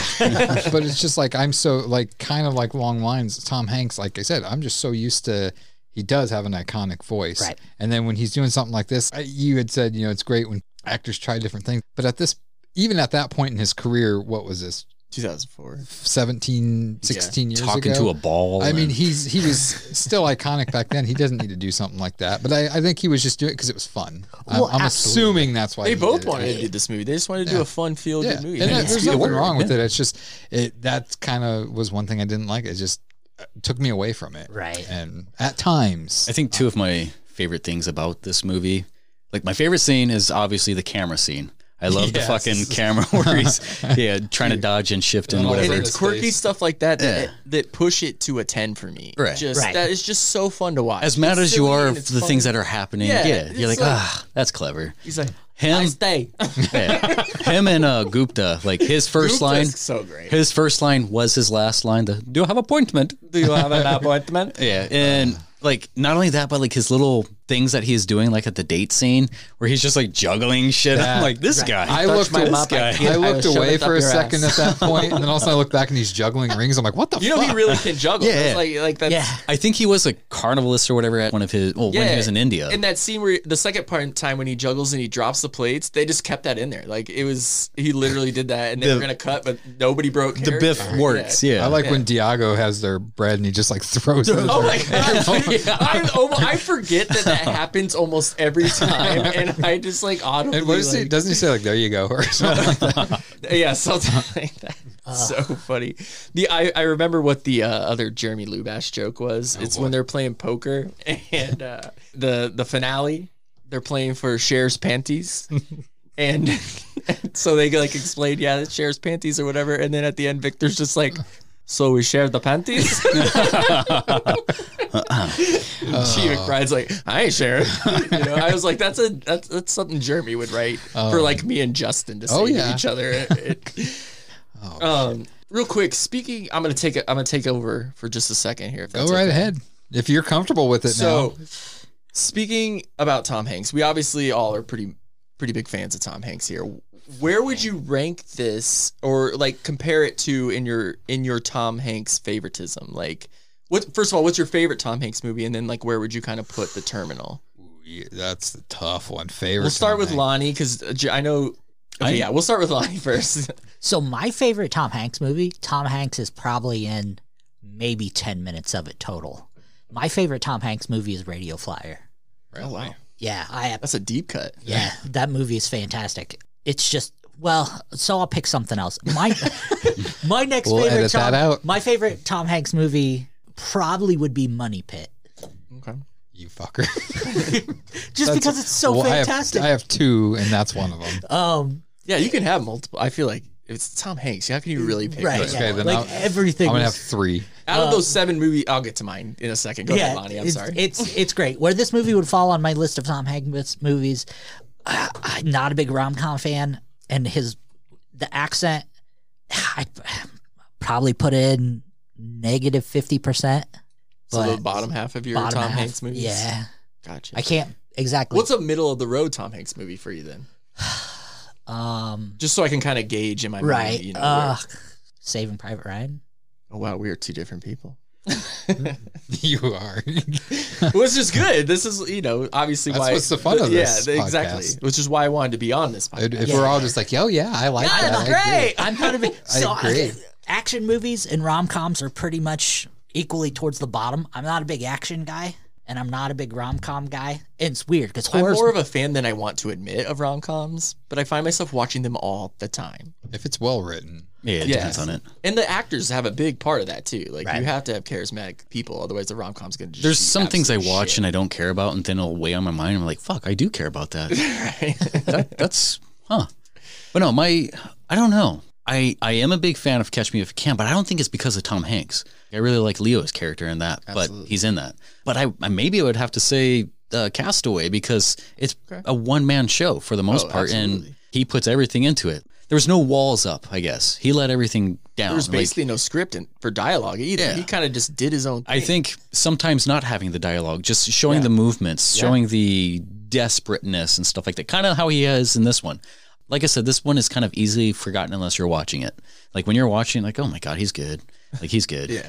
but it's just like I'm so like kind of like long lines. Tom Hanks, like I said, I'm just so used to. He does have an iconic voice, Right. And then when he's doing something like this, I, you had said, you know, it's great when actors try different things. But at this, even at that point in his career, what was this, 2004. 17, 16 years Talking ago? to a ball. I mean, and- he's he was still iconic back then. He doesn't need to do something like that. But I, I think he was just doing it because it was fun. I'm- Well, I'm, absolutely. assuming that's why They he both did it. wanted to do this movie. They just wanted to do Yeah. a fun, feel Yeah, good movie. and Yeah. that- there's Yeah. nothing Worked, wrong with yeah. it. It's just it that kind of was one thing I didn't like. It just uh, took me away from it. Right. And at times, I think two of my favorite things about this movie, like my favorite scene is obviously the camera scene. I love Yes. the fucking camera where he's yeah trying to dodge and shift and Oh, whatever. and whatever. it's quirky Space. stuff like that that, Yeah. that push it to a 10 for me Right. just Right. that is just so fun to watch As mad It's as you silly are of and it's the fun. things that are happening, Yeah, yeah, you're it's like, like- ah, that's clever. he's like Him, nice day yeah. him and uh, Gupta, like his first Oops, line, that's so great his first line was his last line. The do you have appointment? do you have an appointment Yeah, and like not only that, but like his little things that he's doing, like at the date scene where he's just like juggling shit. Yeah. I'm like, this guy. I looked, my a- mop, I I can't- I looked shove away it up for a your ass. second at that point, and then also I looked back and he's juggling rings. I'm like, what the You know fuck? he really can juggle. Yeah. That's like like that's Yeah. I think he was a carnivalist or whatever at one of his. Well, when he was in India, In that scene where the second part time when he juggles and he drops the plates, they just kept that in there. Like it was he literally did that and they The- were gonna cut, but nobody broke the character. Biff works. Yeah, I like when Diago has their bread and he just like throws it. at Oh her. my god! Yeah, I, almo- I forget that that happens almost every time, and I just like audibly. And what is he? like- Doesn't he say like, "There you go" or something? Like that? yeah, something like that. so funny. The I, I remember what the uh, other Jeremy Lubash joke was. it's when they're playing poker and uh, the the finale. They're playing for Cher's panties, and so they like explain, yeah, it's Cher's panties or whatever. And then at the end, Victor's just like. So we share the panties. She McBride's like, I ain't sharing. you know, I was like, that's a that's, that's something Jeremy would write for like me and Justin to say Oh, to yeah. Oh, each other. It- it- um, real quick, speaking, I'm gonna take a, I'm gonna take over for just a second here. If Go that's right okay. ahead if you're comfortable with it. So, speaking about Tom Hanks, we obviously all are pretty pretty big fans of Tom Hanks here. Where would you rank this, or like compare it to in your in your Tom Hanks favoritism? Like, what first of all, what's your favorite Tom Hanks movie, and then like where would you kind of put The Terminal? now, Yeah, that's the tough one. Favorite. We'll start with Tom Lonnie because I know. Okay, yeah, we'll start with Lonnie first. So my favorite Tom Hanks movie, Tom Hanks is probably in maybe 10 minutes of it total. My favorite Tom Hanks movie is Radio Flyer. oh wow, Yeah, I that's a deep cut. yeah, that movie is fantastic. It's just well, so I'll pick something else. My my next We'll favorite edit that Tom, out. my favorite Tom Hanks movie probably would be Money Pit. Okay. you fucker. Just That's- because it's so Well, I have- fantastic. I have, two, and that's one of them. um Yeah, you can have multiple. I feel like if it's Tom Hanks. How can you really pick? right. just yeah. Okay, then Like I'll- everything I'm gonna have was- three. Out of those seven movies, I'll get to mine in a second. Go ahead, Lonnie. I'm Um, it's, sorry. It's it's great. Where this movie would fall on my list of Tom Hanks movies, uh, I'm not a big rom com fan, and his the accent, I probably put in negative fifty percent. so the bottom half of your Tom Hanks movies. Yeah, gotcha. I can't exactly. What's a middle of the road Tom Hanks movie for you then? um Just so I can kind of gauge in my right? mind. You know, uh, where- Saving Private Ryan. oh wow, we are two different people. you are. Which is good. This is you know obviously That's why what's the fun of this Yeah, exactly. podcast. Which is why I wanted to be on this podcast. if we're all just like, "Yo, yeah, I like that." I That's agree." great. I'm gonna be so agree. action movies and rom coms are pretty much equally towards the bottom. I'm not a big action guy, and I'm not a big rom com guy. And it's weird because I'm horror. more of a fan than I want to admit of rom coms, but I find myself watching them all the time. If it's well written, yeah, it Yeah. depends on it. And the actors have a big part of that too. Like Right. you have to have charismatic people, otherwise the rom com's gonna just There's be some things I absolute watch shit. and I don't care about, and then it'll weigh on my mind. I'm like, fuck, I do care about that. Right. that that's huh. But no, my I don't know. I I am a big fan of Catch Me If You Can, but I don't think it's because of Tom Hanks. I really like Leo's character in that, but he's in that. But I, I maybe I would have to say uh, Castaway because it's a one man show for the most Oh, part, absolutely. and he puts everything into it. There was no walls up, I guess. He let everything down. There's Like, basically no script in, for dialogue either. Yeah. He kind of just did his own. Thing. I think sometimes not having the dialogue, just showing the movements, showing the desperateness and stuff like that. Kind of how he is in this one. Like I said, this one is kind of easily forgotten unless you're watching it. Like when you're watching, like, oh my God, he's good. Like he's good. yeah.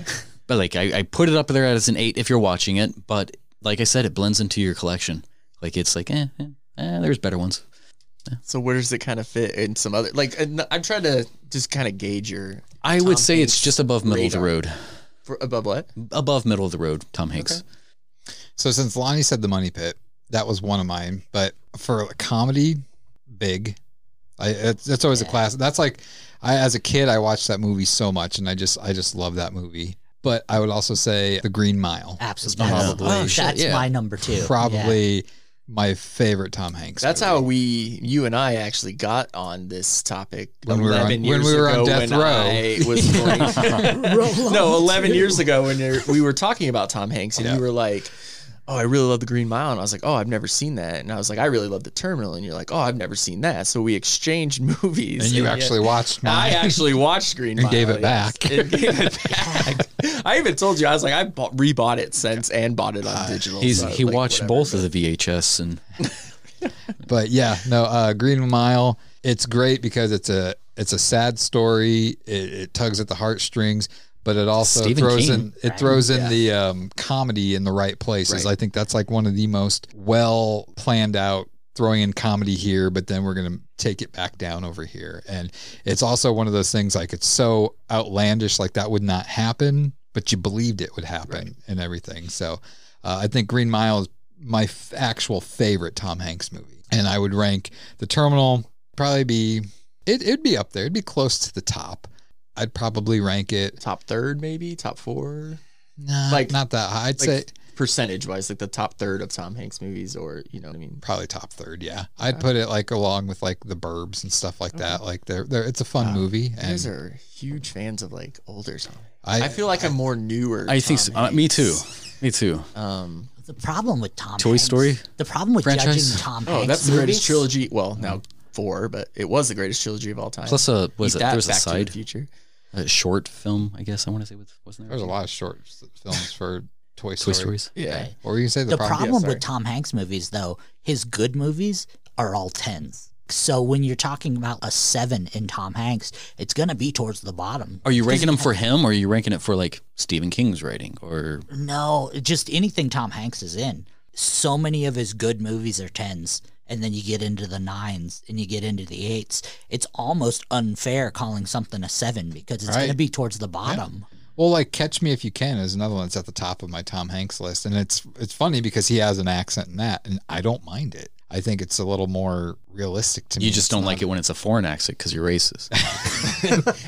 But like I, I put it up there as an eight if you're watching it. But like I said, it blends into your collection. Like it's like, eh, eh, eh there's better ones. So where does it kind of fit in some other? Like and I'm trying to just kind of gauge your I would say it's Hanks just above middle of radar. the road. for, above what? Above middle of the road, Tom Hanks. So since Lonnie said the money pit, that was one of mine. But for a comedy, big. I it's, that's always a class. That's like I as a kid I watched that movie so much and I just I just love that movie. But I would also say The Green Mile. Absolutely, Probably. that's, that's yeah. my number two. Yeah. Probably my favorite Tom Hanks. That's movie. how we, you and I, actually got on this topic When we were on- eleven when years we were on ago death when row. I was going- Roll on no, eleven two. years ago when you're- we were talking about Tom Hanks and you were like, oh, I really love the Green Mile. And I was like, oh, I've never seen that. And I was like, I really love the Terminal. And you're like, oh, I've never seen that. So we exchanged movies. and you yeah. actually watched I mine. actually watched Green And Mile. gave it yes. back. It gave it back. I even told you I was like I bought, rebought it since and bought it on Uh, digital. He's so, he like, watched whatever. both of the VHS and but yeah, no, uh, Green Mile. It's great because it's a it's a sad story. It, it tugs at the heartstrings, but it also Stephen throws King, in it throws in the um, comedy in the right places. Right. I think that's like one of the most well planned out. Throwing in comedy here, but then we're gonna take it back down over here, and it's also one of those things like it's so outlandish, like that would not happen, but you believed it would happen and everything. So, uh, I think Green Mile is my f- actual favorite Tom Hanks movie, and I would rank The Terminal probably be it, it'd be up there. It'd be close to the top. I'd probably rank it top third, maybe top four nah, Like- not that high. I'd like say percentage wise, like the top third of Tom Hanks movies, or you know what I mean. probably top third. Yeah, I'd put it like along with like The Burbs and stuff like that. Like they're, they're it's a fun Wow. movie, You guys and are huge fans of like older Tom. Hanks. I, I feel like I'm more newer. I think so. Tom Uh, me Hanks. too. Me too. Um, The problem with Tom Toy Hanks- Story The problem with franchise? judging Tom oh, Hanks that's the greatest movies- trilogy. Well, now four, but it was the greatest trilogy of all time. Mm. Plus, uh, was Beat it that, there was a Back to the side future. a short film? I guess I want to say with wasn't there? there's a lot of short s- films for Toy Toy Story. Stories. Yeah. Or you can say the, The problem. problem with Tom Hanks movies, though, his good movies are all tens. So when you're talking about a seven in Tom Hanks, it's gonna be towards the bottom. Are you ranking them for him, or are you ranking it for like Stephen King's writing, or No, just anything Tom Hanks is in. So many of his good movies are tens, and then you get into the nines and you get into the eights. It's almost unfair calling something a seven because it's going to Right. be towards the bottom. Well, like Catch Me If You Can is another one that's at the top of my Tom Hanks list, and it's it's funny because he has an accent in that, and I don't mind it. I think it's a little more realistic to me. you just don't like it when it's a foreign accent because you're racist?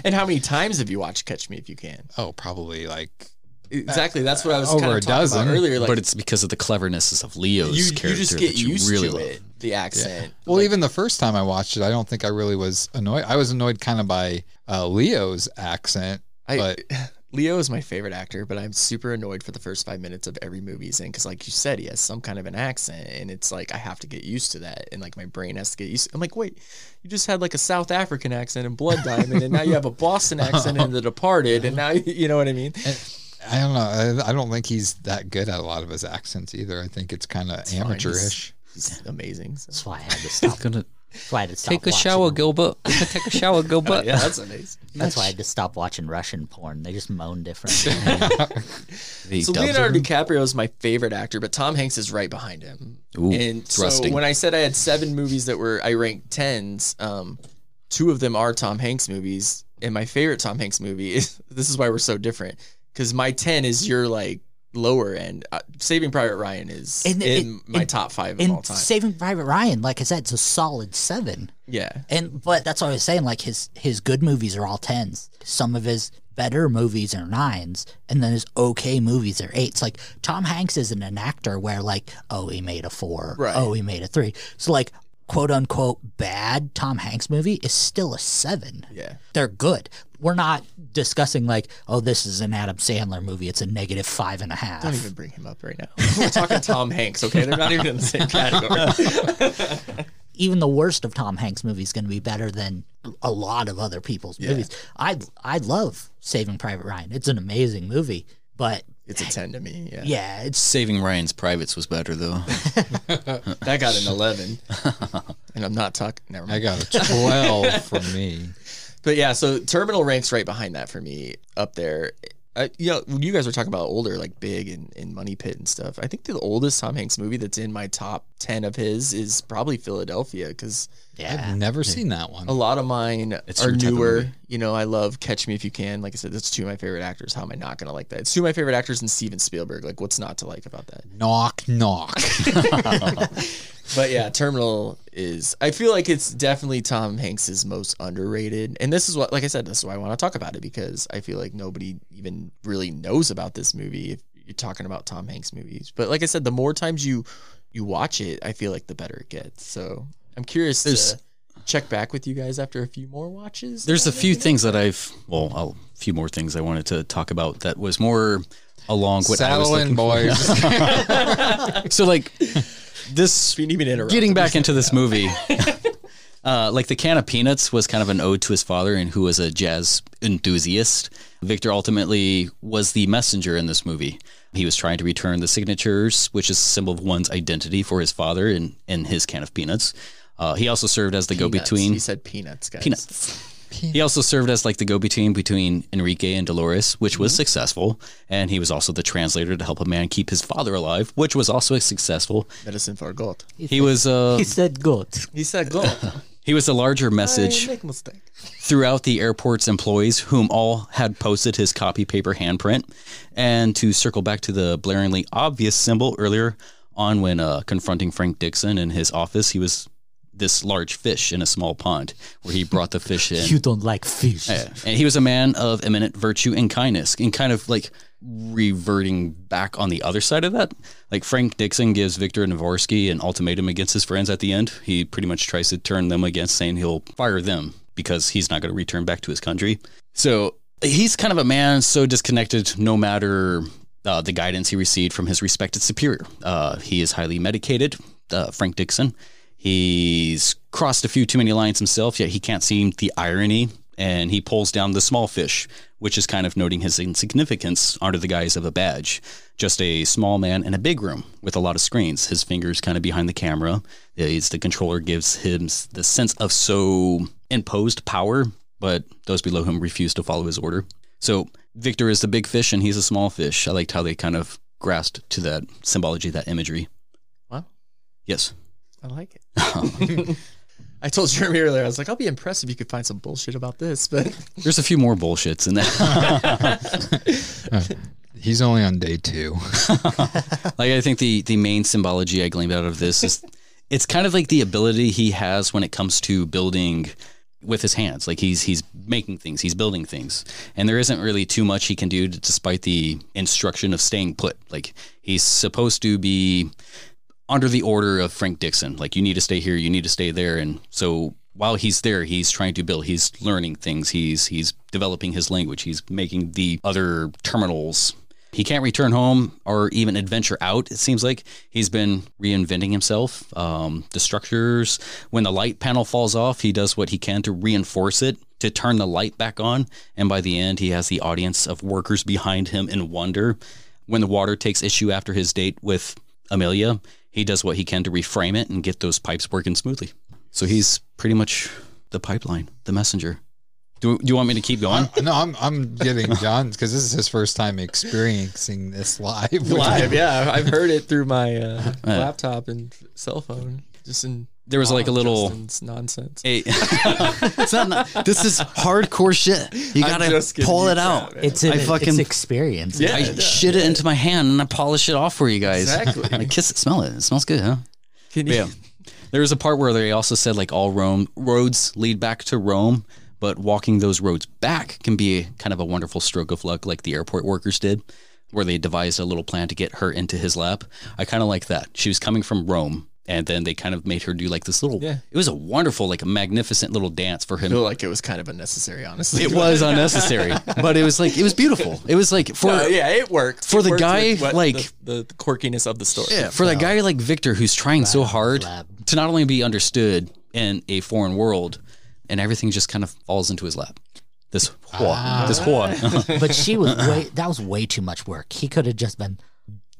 And how many times have you watched Catch Me If You Can? Oh, probably like Exactly. That's what I was Over kind of a talking dozen. about earlier. Like, but it's because of the clevernesses of you, Leo's you character just get that you used really to love. it. The accent. Well, Like, even the first time I watched it, I don't think I really was annoyed. I was annoyed kind of by uh, Leo's accent. I, but- Leo is my favorite actor, but I'm super annoyed for the first five minutes of every movie he's in because, like you said, he has some kind of an accent, and it's like I have to get used to that, and like my brain has to get used. I'm like, wait, you just had like a South African accent in Blood Diamond, and now you have a Boston accent in The Departed, and now you know what I mean. I don't know. I, I don't think he's that good at a lot of his accents either. I think it's kind of fine. amateurish. He's amazing. so- That's why I had to stop. Gonna That's why I had to stop take a watching- shower, Gilbert. take a shower, Gilbert. Yeah, that's amazing. That's why I had to stop watching Russian porn. They just moan different. He So dubs Leonardo everything. DiCaprio is my favorite actor, but Tom Hanks is right behind him. Ooh, and so thrusting. when I said I had seven movies that were I ranked tens, um, two of them are Tom Hanks movies, and my favorite Tom Hanks movie is this is why we're so different because my ten is your like lower end. Uh, Saving Private Ryan is And it- in my and- top five of all in time. Saving Private Ryan, like I said, it's a solid seven. yeah, And but that's what I was saying. Like his his good movies are all tens. Some of his better movies are nines, and then his okay movies are eights. Like Tom Hanks isn't an actor where like oh he made a four, Right. oh he made a three. So like quote unquote bad Tom Hanks movie is still a seven. yeah. They're good. We're not discussing like oh this is an Adam Sandler movie. It's a negative five and a half. Don't even bring him up right now. We're talking Tom Hanks, okay? They're not even in the same category. even the worst of Tom Hanks movies going to be better than a lot of other people's movies. I I love Saving Private Ryan. It's an amazing movie, but It's a ten to me. Yeah, yeah, it's Saving Ryan's Privates was better though. that got an eleven, and I'm not talking. Never mind. I got a twelve from me. But yeah, so Terminal ranks right behind that for me up there. I, you know, when you guys were talking about older, like Big and, and Money Pit and stuff. I think the oldest Tom Hanks movie that's in my top 10 of his is probably Philadelphia because yeah. I've never seen that one. a lot of mine Hmm. It's are your type of newer. movie. You know, I love Catch Me If You Can. Like I said, that's two of my favorite actors. How am I not going to like that? It's two of my favorite actors and Steven Spielberg. Like, what's not to like about that? Knock knock. But yeah, Terminal is. I feel like it's definitely Tom Hanks's most underrated, and this is what, like I said, this is why I want to talk about it because I feel like nobody even really knows about this movie if you're talking about Tom Hanks movies. But like I said, the more times you you watch it, I feel like the better it gets. So I'm curious There's- to check back with you guys after a few more watches. There's a few things that I've well, a few more things I wanted to talk about that was more along what I was Saddle looking and Boys. for. So like this If you need me to interrupt, getting I'm back just- into this movie, uh, like the can of peanuts was kind of an ode to his father, and who was a jazz enthusiast. Victor ultimately was the messenger in this movie. He was trying to return the signatures, which is a symbol of one's identity for his father and in his can of peanuts. Uh, he also served as the Peanuts. go-between He said peanuts, guys. peanuts. He also served as like the go-between between Enrique and Dolores, which was successful, and he was also the translator to help a man keep his father alive, which was also successful. Medicine for gold. He was uh, He said good. He said go. he was a larger message make mistake. throughout the airport's employees, whom all had posted his copy paper handprint. And to circle back to the blaringly obvious symbol earlier on when uh, confronting Frank Dixon in his office, he was this large fish in a small pond where he brought the fish in. You don't like fish. Yeah. And he was a man of eminent virtue and kindness, and kind of like reverting back on the other side of that. Like Frank Dixon gives Victor Navorsky an ultimatum against his friends at the end. He pretty much tries to turn them against, saying he'll fire them because he's not going to return back to his country. So he's kind of a man so disconnected, no matter uh, the guidance he received from his respected superior. Uh, he is highly medicated, uh, Frank Dixon. He's crossed a few too many lines himself, yet he can't seem the irony. And he pulls down the small fish, which is kind of noting his insignificance under the guise of a badge. Just a small man in a big room with a lot of screens, his fingers kind of behind the camera. It's the controller gives him the sense of so imposed power, but those below him refuse to follow his order. So Victor is the big fish and he's a small fish. I liked how they kind of grasped to that symbology, that imagery. Wow. Yes. I like it. I told Jeremy earlier, I was like, I'll be impressed if you could find some bullshit about this, but There's a few more bullshits in that. He's only on day two. like I think the the main symbology I gleaned out of this is it's kind of like the ability he has when it comes to building with his hands. Like he's he's making things, he's building things, and there isn't really too much he can do to, despite the instruction of staying put. Like he's supposed to be under the order of Frank Dixon. Like you need to stay here, you need to stay there, and so while he's there, he's trying to build. He's learning things. He's he's developing his language. He's making the other terminals. He can't return home or even adventure out. It seems like he's been reinventing himself. Um, the structures, when the light panel falls off, he does what he can to reinforce it, to turn the light back on. And by the end, he has the audience of workers behind him in wonder. When the water takes issue after his date with Amelia, he does what he can to reframe it and get those pipes working smoothly. So he's pretty much the pipeline, the messenger. Do, do you want me to keep going? no, I'm I'm getting John because this is his first time experiencing this live. live, yeah. I've heard it through my uh, Yeah. laptop and cell phone. Just in There was like a little. Justin's nonsense. Hey, it's not, this is hardcore shit. You I'm gotta just giving pull you it out. crap, man. It's an I fucking- it's experience. yeah, I yeah. shit it into my hand and I polish it off for you guys. Exactly. I kiss it, smell it. It smells good, huh? Can you- Yeah. There was a part where they also said like all Rome roads lead back to Rome, but walking those roads back can be kind of a wonderful stroke of luck, like the airport workers did, where they devised a little plan to get her into his lap. I kind of like that. She was coming from Rome, and then they kind of made her do like this little. Yeah. It was a wonderful, like a magnificent little dance for I him. feel like it was kind of unnecessary, honestly. It was unnecessary, but it was like it was beautiful. It was like for No, Uh, yeah, it worked for It the worked guy, with what the- like- the, the quirkiness of the story. Yeah, for a guy like Victor who's trying so hard lab. to not only be understood in a foreign world, and everything just kind of falls into his lap. This whore, this whore. But she was way that was way too much work. He could have just been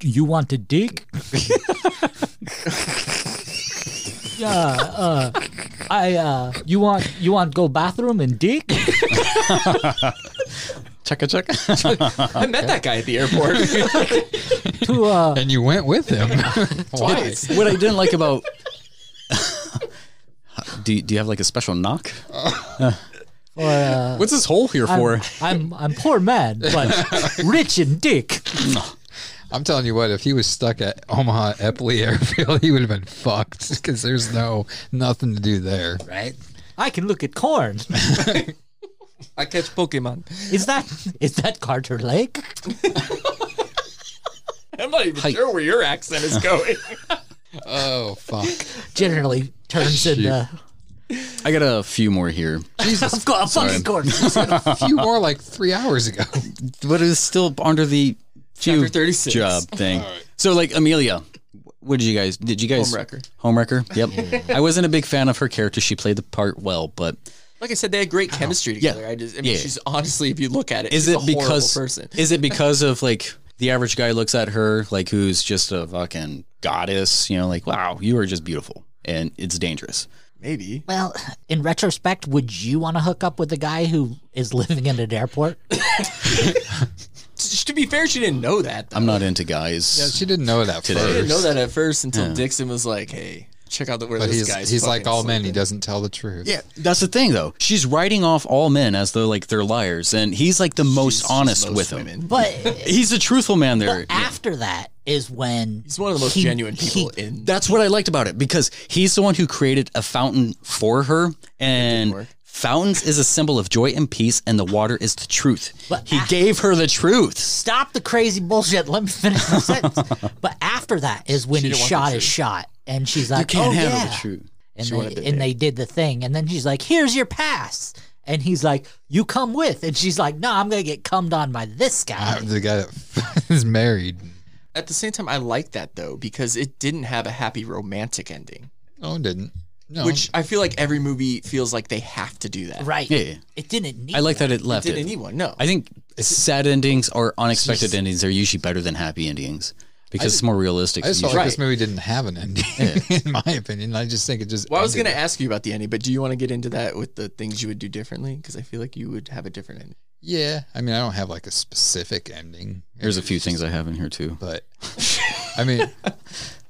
you want to dig? yeah, uh, I uh, you want you want go bathroom and dig? Checka checka. I met that guy at the airport. to uh And you went with him. Why? what I didn't like about do you, do you have like a special knock? or uh, What's this hole here for? I'm, I'm I'm poor man, but rich and dick. I'm telling you what, if he was stuck at Omaha Epley Airfield, he would have been fucked because there's no nothing to do there. Right? I can look at corn. I catch Pokemon. Is that is that Carter Lake? I'm not even Hi. sure where your accent is going. Oh fuck! Generally turns into I got a few more here, I've got a fucking corn. A few more like three hours ago. but it was still under the Chapter 36. job thing. So like Amelia, what did you guys? Did you guys Homewrecker. Homewrecker. Yep. I wasn't a big fan of her character. She played the part well, but Like I said, they had great chemistry Yeah. together. I just, I mean, Yeah. she's honestly, if you look at it, is she's it a horrible because person? is it because of like the average guy looks at her like who's just a fucking goddess? You know, like wow, you are just beautiful, and it's dangerous. Maybe. Well, in retrospect, would you want to hook up with a guy who is living in an airport? T- To be fair, she didn't know that. Though. I'm not into guys. Yeah, she didn't know that Today. She didn't first. know that at first until Dixon was like, "Hey, check out the where But this he's guy's." he's like fucking all men. He sleeping." doesn't tell the truth. Yeah, that's the thing though. She's writing off all men as though like they're liars, and he's like the most She's honest most with them. women. But, He's a truthful man but there. Yeah. after that is when He's one of the most he- genuine people he- in. That's what I liked about it because he's the one who created a fountain for her, and work. fountains is a symbol of joy and peace, and the water is the truth. But he af- gave her the truth. stop the crazy bullshit. Let me finish my sentence. But after that is when She he didn't want shot the his truth. shot, and she's like, "Oh yeah," truth. and, She they, wanted the and they did the thing, and then she's like, "Here's your pass," and he's like, "You come with," and she's like, "No, I'm gonna get cummed on by this guy." Uh, the guy that is married. At the same time, I like that though because it didn't have a happy romantic ending, No, didn't. No. which I feel like every movie feels like they have to do that. right? Yeah, yeah. It didn't need. I like that it left Didn't it. need one. No. I think sad endings or unexpected endings are usually better than happy endings because it's more realistic. I just felt usually. like this movie didn't have an ending, in my opinion. I just think it just. well, I was ended going to ask you about the ending, but do you want to get into that with the things you would do differently? Because I feel like you would have a different ending. Yeah, I mean, I don't have like a specific ending. There's a few things I have in here too. but I mean,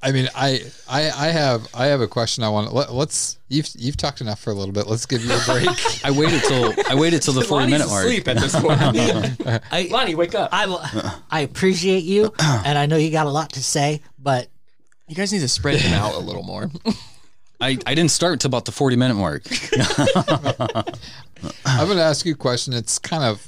I mean, I, I, I have, I have a question. I want. Let, let's. You've, you've talked enough for a little bit. Let's give you a break. I waited till I waited till the forty minute mark. asleep at this point. I- Lonnie, wake up. Uh-uh. I, I appreciate you, and I know you got a lot to say, but You guys need to spread them out a little more. I, I didn't start till about the forty minute mark. I'm going to ask you a question. It's kind of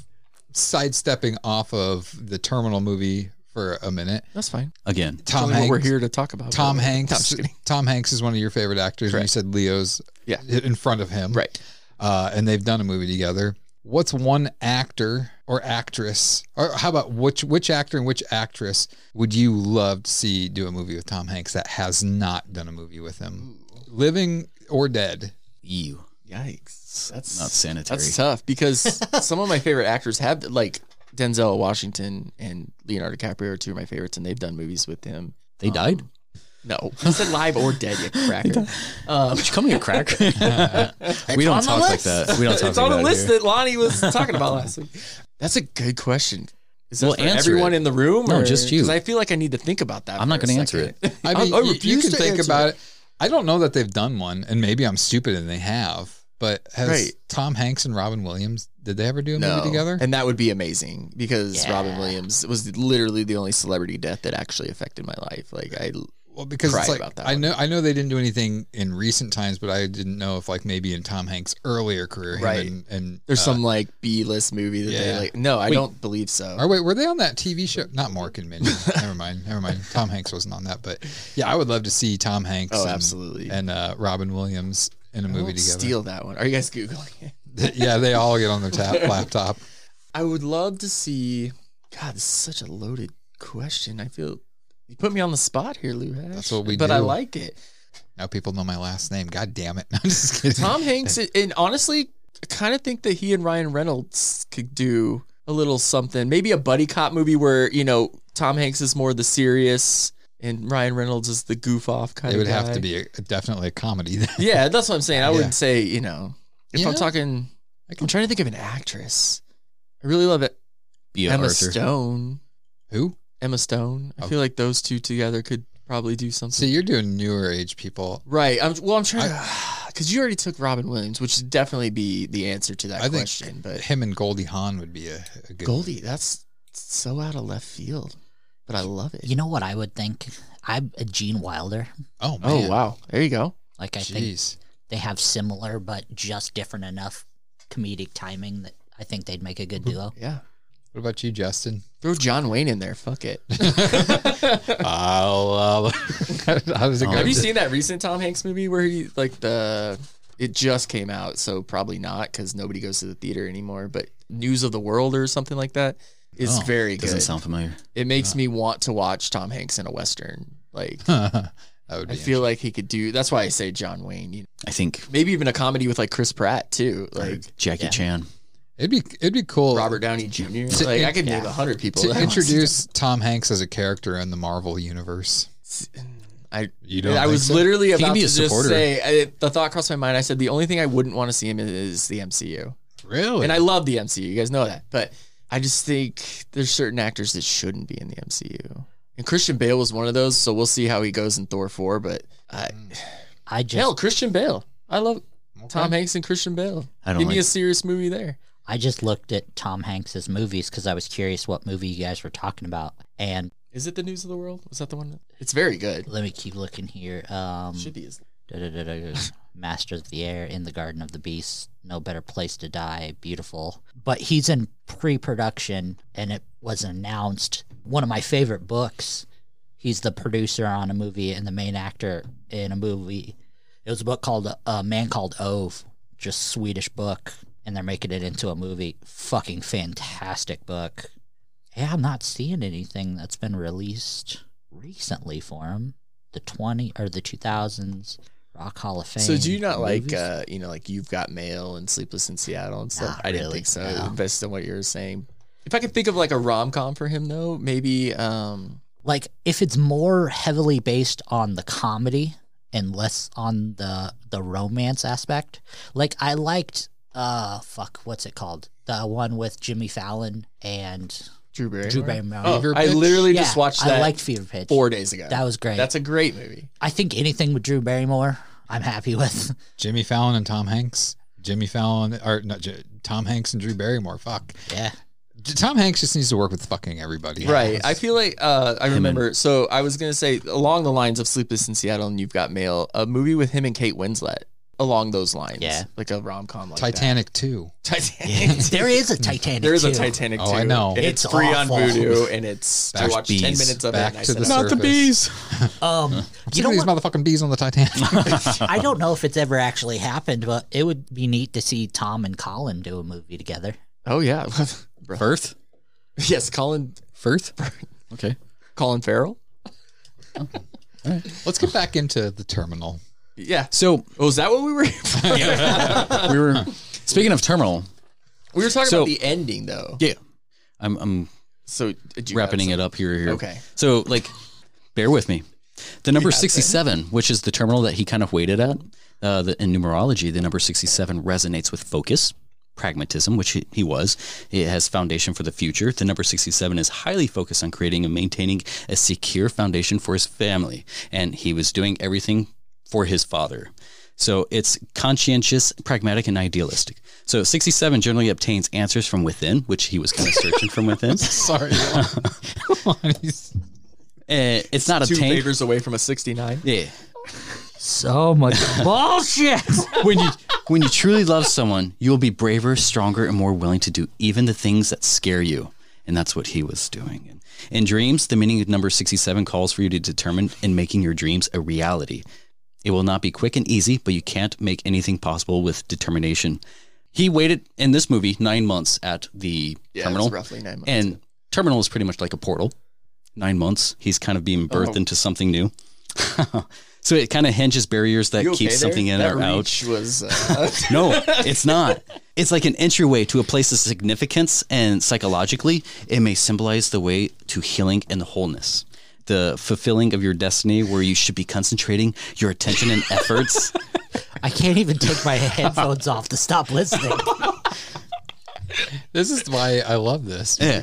sidestepping off of the Terminal movie for a minute. That's fine. Again, Tom Only what Hanks. we're here to talk about. Tom No, I'm Hanks. just kidding. Tom Hanks is one of your favorite actors. And you Correct. said Leo's Yeah. in front of him, Right. Uh, and they've done a movie together. What's one actor or actress, or how about which which actor and which actress would you love to see do a movie with Tom Hanks that has not done a movie with him, living or dead? you Yikes. That's not sanitary. That's tough because some of my favorite actors have like Denzel Washington and Leonardo DiCaprio are two of my favorites, and they've done movies with him. Um, They died. No, I said live or dead, you cracker. Um, Would you call me a crack? we don't on the talk like list. that. We don't talk it's like on that. a list here. that Lonnie was talking about last week. That's a good question. Is that Well, for answer everyone it. in the room? No, or- just you. 'cause I feel like I need to think about that. I'm not for a going to answer second. it. I I- mean, I you- you refuse can to think answer about it. it. I don't know that they've done one, and maybe I'm stupid and they have. But has Right. Tom Hanks and Robin Williams did they ever do a No. movie together? And that would be amazing because Yeah. Robin Williams was literally the only celebrity death that actually affected my life. Like I Well, because Cry it's like about that I one. know I know they didn't do anything in recent times, but I didn't know if like maybe in Tom Hanks' earlier career, him Right. And, and There's uh, some like B list movie that they yeah. like. No, I Wait. don't believe so. Or wait, were they on that TV show? Not Mork and Mindy. never mind. Never mind. Tom Hanks wasn't on that, but yeah, I would love to see Tom Hanks. oh, and, absolutely. And uh, Robin Williams in a I movie won't together. Steal that one. Are you guys googling it? yeah, they all get on their tap laptop. I would love to see. God, this is such a loaded question. I feel you put me on the spot here, Lou. Hash. That's what we But I do. like it. Now people know my last name. God damn it! I'm just kidding. Tom Hanks, and honestly, I kind of think that he and Ryan Reynolds could do a little something. Maybe a buddy cop movie where you know Tom Hanks is more the serious and Ryan Reynolds is the goof off kind it of. would have to guy. be a, definitely a comedy. then. Yeah, that's what I'm saying. I Yeah. wouldn't say you know. If I'm Yeah. talking, I'm trying to think of an actress. I really love it. Be a Emma Arthur. Stone. Who? Emma Stone. I Oh. feel like those two together could probably do something. See, you're doing newer age people. right. I'm, well, I'm trying to. Because you already took Robin Williams, which would definitely be the answer to that I think question. But him and Goldie Hawn would be a, a good Goldie, that's so out of left field. But I love it. you know what I would think? I'm a Gene Wilder. Oh man! oh, wow. There you go. Like I think Jeez. they have similar but just different enough comedic timing that I think they'd make a good duo. Yeah. What about you, Justin? Throw John Wayne in there. Fuck it. I'll, uh, how does it go? Have you seen that recent Tom Hanks movie where he like the it just came out, so probably not because nobody goes to the theater anymore. But News of the World or something like that. is Oh, very good. Doesn't sound familiar. It makes Yeah. me want to watch Tom Hanks in a western. Like that would be. I feel like he could do. That's why I say John Wayne. You know, I think maybe even a comedy with like Chris Pratt too. Like like Jackie yeah. Chan. it'd be it'd be cool. Robert Downey Jr. To like I in- could name yeah. a hundred people. to that I want introduce Tom Hanks as a character in the Marvel universe. see. You And don't. I think was so? literally can about to be a just supporter. say I, the thought crossed my mind. I said the only thing I wouldn't want to see him in is the MCU, Oh, really. and I love the MCU. You guys know that, but I just think there's certain actors that shouldn't be in the MCU. And Christian Bale was one of those, so we'll see how he goes in Thor four. But I, I just hell, Christian Bale, I love Okay. Tom Hanks and Christian Bale. I Give don't me a like. serious movie there. I just looked at Tom Hanks's movies because I was curious what movie you guys were talking about. And Is it the News of the World? Is that the one? that- It's very good. let me keep looking here. Um, Should be. his- da-da-da-da-da. Master of the Air, In the Garden of the Beast, No Better Place to Die, Beautiful. But he's in pre production and it was announced. One of my favorite books. He's the producer on a movie and the main actor in a movie. It was a book called uh, A Man Called Ove, just Swedish book. And they're making it into a movie. Fucking fantastic book. Yeah, I'm not seeing anything that's been released recently for him. The 20 or the 2000s Rock Hall of Fame. So do you not like movies? uh, you know like you've got mail and Sleepless in Seattle and stuff? Not I didn't really, think so. no. Based on what you were saying, if I could think of like a rom com for him though, maybe um, like if it's more heavily based on the comedy and less on the the romance aspect like i liked uh fuck what's it called the one with jimmy fallon and Drew Barrymore. drew barrymore Oh, I Pitch? literally Yeah, just watched that i liked fever pitch four days ago. that was great That's a great movie. i think anything with drew barrymore i'm happy with Jimmy Fallon and Tom Hanks. Jimmy Fallon or not J- Tom Hanks and Drew Barrymore. Fuck. yeah J- Tom Hanks just needs to work with fucking everybody. Right. I feel like uh, I remember. So I was gonna say along the lines of Sleepless in Seattle and You've Got Mail, a movie with him and Kate Winslet along those lines. Yeah. like a rom com like that. Titanic too. Titanic. there is a titanic There is a too. Titanic. Oh, I too, know. and it's, It's free awful. on Voodoo, and it's I Back watched bees. ten minutes of Back it. And I to said, the "No, Not the bees. um you You know these what motherfucking bees on the Titanic. i don't know if it's ever actually happened but it would be neat to see tom and colin do a movie together Oh yeah, Bro. Firth. yes, Colin Firth. Okay. Colin Farrell. Let's get back into the terminal. Yeah. So Oh, is that what we were? we were speaking of terminal. we were talking So- about the ending though. Yeah. I'm I'm So did you wrapping it up here. Here. Okay. So like, bear with me. The number sixty-seven, which is the terminal that he kind of waited at, uh, the, in numerology, the number sixty-seven resonates with focus, pragmatism, which he, he was. It has foundation for the future. The number sixty-seven is highly focused on creating and maintaining a secure foundation for his family, and he was doing everything for his father. So it's conscientious, pragmatic, and idealistic. So 67 generally obtains answers from within, which he was kind of searching from within. Sorry. Uh, it's not Two obtained. favors away from a sixty-nine. Yeah. So much bullshit. When you when you truly love someone, you will be braver, stronger, and more willing to do even the things that scare you. And that's what he was doing. And in dreams, the meaning of number 67 calls for you to determine in making your dreams a reality. It will not be quick and easy, but you can't make anything possible with determination. He waited in this movie nine months at the Yeah, it was terminal. roughly nine months. And terminal is pretty much like a portal. Nine months, he's kind of being birthed Oh. into something new. so it kind of hinges barriers that You okay keep there? something in that or out. reach was uh, No, it's not. It's like an entryway to a place of significance, and psychologically, it may symbolize the way to healing and wholeness, the fulfilling of your destiny, where you should be concentrating your attention and efforts. I can't even take my headphones off to stop listening. This is why I love this. Yeah.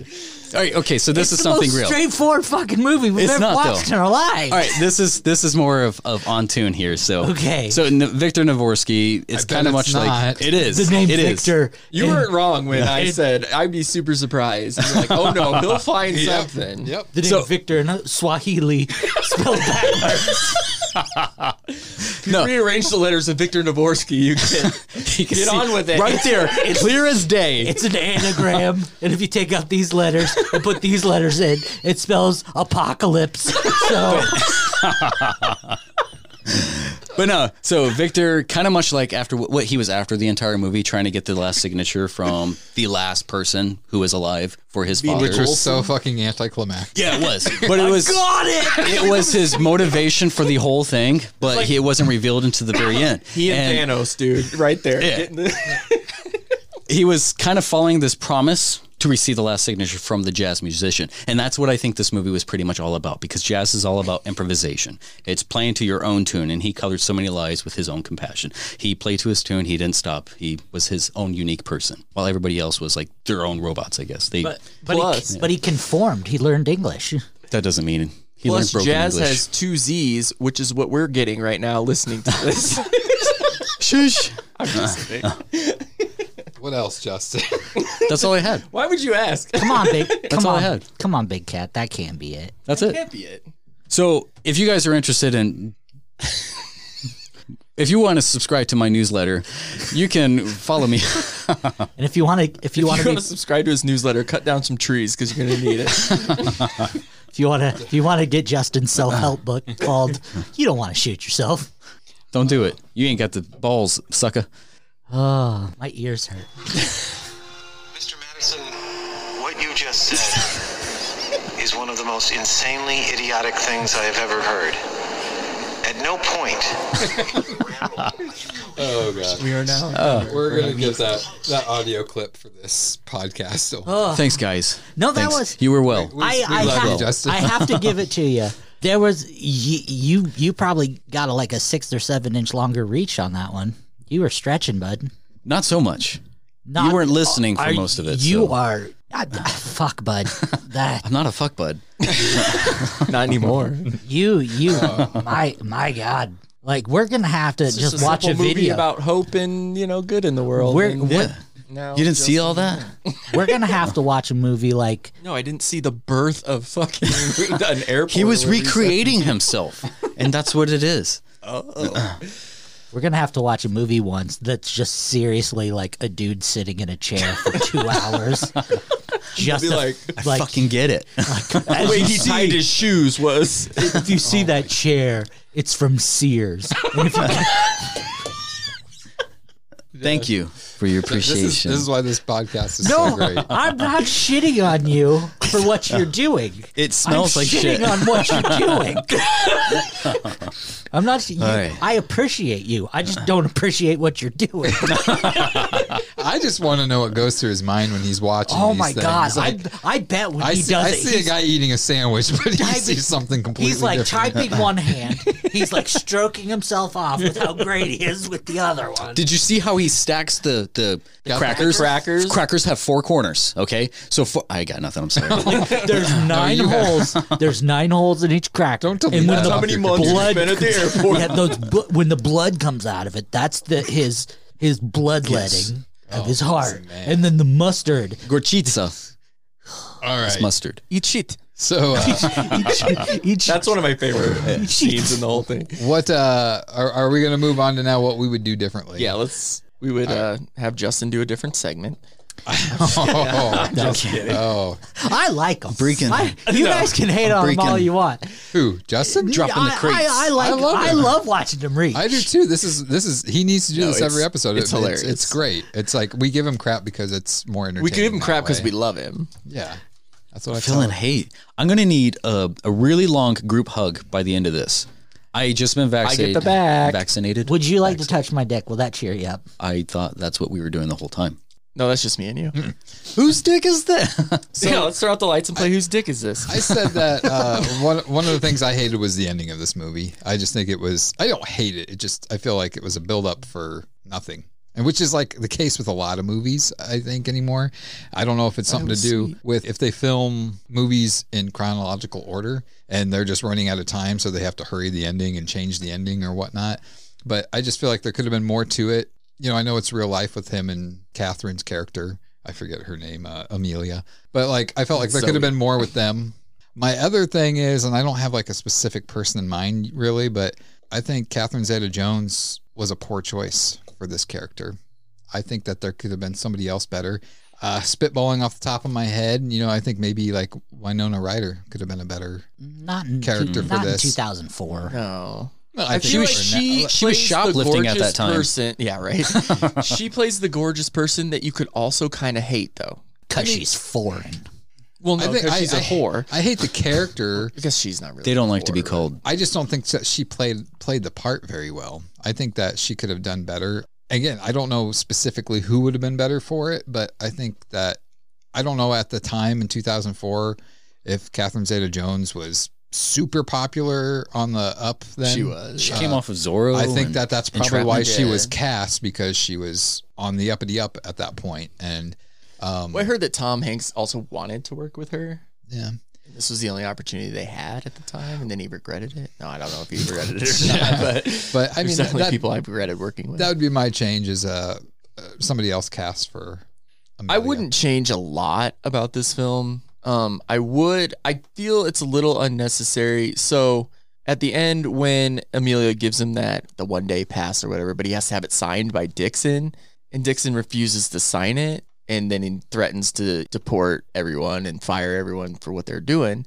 All right. Okay. So this It's is the most something real. Straightforward fucking movie we've It's ever not, watched though. in our life. All right, this is this is more of, of on tune here. So Okay. so N- Victor Navorsky, it's I bet kind of it's much not. like it is. The name It is. Victor. You and weren't wrong when I said I'd be super surprised. And you're like, oh no, he'll find something. Yep. the name so- Victor in Swahili spelled backwards. You rearrange the letters of Victor Navorsky. You get You can Get see on with it. right there, clear as day. It's an anagram, and if you take out these letters and put these letters in, it spells apocalypse. So But no, so Victor, kind of much like after wh- what he was after the entire movie, trying to get the last signature from the last person who was alive for his father. Which was so fucking anticlimactic. yeah, it was. But it was got it. It was his motivation for the whole thing, but he, it wasn't revealed until the very end. He and, Thanos, dude, right there. Yeah. Getting the- he was kind of following this promise to receive the last signature from the jazz musician. And that's what I think this movie was pretty much all about because jazz is all about improvisation. It's playing to your own tune and he colored so many lies with his own compassion. He played to his tune, he didn't stop. He was his own unique person while everybody else was like their own robots, I guess. They But but Plus- he, but he conformed. He learned English. that doesn't mean he learned Plus, broken jazz English. has two Z's, which is what we're getting right now listening to this. Shush. What else, Justin? That's all I had. Why would you ask? Come on, big. Come all I on, had. come on, big cat. That can't be it. That's it. Can't be it. So, if you guys are interested in, if you want to subscribe to my newsletter, you can follow me. And if you want to, if you want You to want be, to subscribe to his newsletter? Cut down some trees because you're gonna need it. if you want to, if you want to get Justin's self help book called "You Don't Want to Shoot Yourself." Don't do it. You ain't got the balls, sucker. Ah. Oh, my ears hurt. Mr. Madison, what you just said is one of the most insanely idiotic things I have ever heard. At no point. oh god. we are now. We're gonna get that that audio clip for this podcast. Oh, Thanks, guys. No, that Thanks. was you were well. I, I, love you, have, Justin. I have to give it to you. There was you, you you probably got a, like a six or seven inch longer reach on that one. You were stretching, bud. Not so much. Not, you weren't listening for Are- most of it. You so. are I- I- fuck, bud. That I'm not a fuck bud. Not anymore. you you my my god. Like we're gonna have to just, a watch a simple movie video. about hope and you know good in the world. We're- and Yeah. now You didn't see Justin- all that? we're gonna have to watch a movie like No, I didn't see the birth of fucking an airport. He was where we recreating himself, and that's what it is. we're gonna have to watch a movie once that's just seriously like a dude sitting in a chair for two hours. Just Be to- like, like Fucking get it. as Wait, you he tied see- his shoes was. if you see that chair, it's from Sears. And if you- Thank you for your this appreciation. is, this is why this podcast is so no, great. I'm not shitting on you for what you're doing. it smells I'm like shitting shit. on what you're doing. I'm not. You, right. I appreciate you. I just don't appreciate what you're doing. I just want to know what goes through his mind when he's watching. oh these my things. god! Like, I I bet when I, he see, does I it, see a he's- guy eating a sandwich, but he Type- sees something completely He's like different. typing one hand. He's like stroking himself off with how great he is with the other one. Did you see how he stacks the the Yeah. crackers? Crackers. Crackers have four corners. Okay, so four, I got nothing. I'm sorry. There's nine you have- holes. There's nine holes in each crack. Don't delete and when that the off How many your months you blood spent at the airport? yeah, those bu- when the blood comes out of it, that's the his his bloodletting of his heart, and then the mustard. Gorchitsa. All right. Mustard. Eat shit. so, uh, Each That's one of my favorite uh, scenes in the whole thing. what uh, are, are we going to move on to now? What we would do differently? Yeah, let's. We would uh, have Justin do a different segment. Oh, oh. I like them. Breaking. I, you guys can hate on them all Breaking. you want. who? Justin? Dropping the I, crates. I, I like. I love love, I it. love watching them reach. I do too. This is this is he needs to do No, this every it's- episode. it's It's, hilarious. great. It's like we give him crap because it's more entertaining. We give him that crap because way. we love him. yeah. That's what I feel. Feeling hate. I'm gonna need a, a really long group hug by the end of this. I just been vaccinated. the back. Vaccinated. Would you like to touch my dick? Will that cheer you up? I thought that's what we were doing the whole time. No, that's just me and you. Whose dick is that? So let's throw out the lights and play. Whose dick is this? I said that uh, one one of the things I hated was the ending of this movie. I just think it was. I don't hate it. It just I feel like it was a build up for nothing, and which is like the case with a lot of movies. I think anymore. I don't know if it's something to do with if they film movies in chronological order and they're just running out of time, so they have to hurry the ending and change the ending or whatnot. But I just feel like there could have been more to it. You know, I know it's real life with him and Catherine's character. I forget her name, uh, Amelia. But like, I felt like there could have been more with them. My other thing is, and I don't have like a specific person in mind really, but I think Catherine Zeta Jones was a poor choice for this character. I think that there could have been somebody else better. Uh, spitballing off the top of my head, you know, I think maybe like Winona Ryder could have been a better Not in, Character for not in this. 2004. Oh. No, No, I, I think feel like for she, now- she was plays the shoplifting at gorgeous that time. Person, yeah, right. she plays the gorgeous person that you could also kind of hate, though. Because she's foreign. Well, I no, think- because I- she's a I- whore. I hate the character. I guess she's not really. They don't like a to be whore. called. I just don't think that she played played the part very well. I think that she could have done better. Again, I don't know specifically who would have been better for it, but I think that I don't know at the time in 2004 if Catherine Zeta-Jones was super popular on the up then. She was. She Uh, came off of Zorro. I think and- that that's and probably why Trapman. she was Yeah. cast because she was on the uppity up at that point and um Well, I heard that Tom Hanks also wanted to work with her. yeah. This was the only opportunity they had at the time, and then he regretted it. No, I don't know if he regretted it or not, but, But I there's mean, definitely that- people I regretted working with. That would be my change is uh, uh somebody else cast for I Amelia. wouldn't change a lot about this film. Um, I would. I feel it's a little unnecessary. So at the end, when Amelia gives him that the one day pass or whatever, but he has to have it signed by Dixon, and Dixon refuses to sign it, and then he threatens to deport everyone and fire everyone for what they're doing.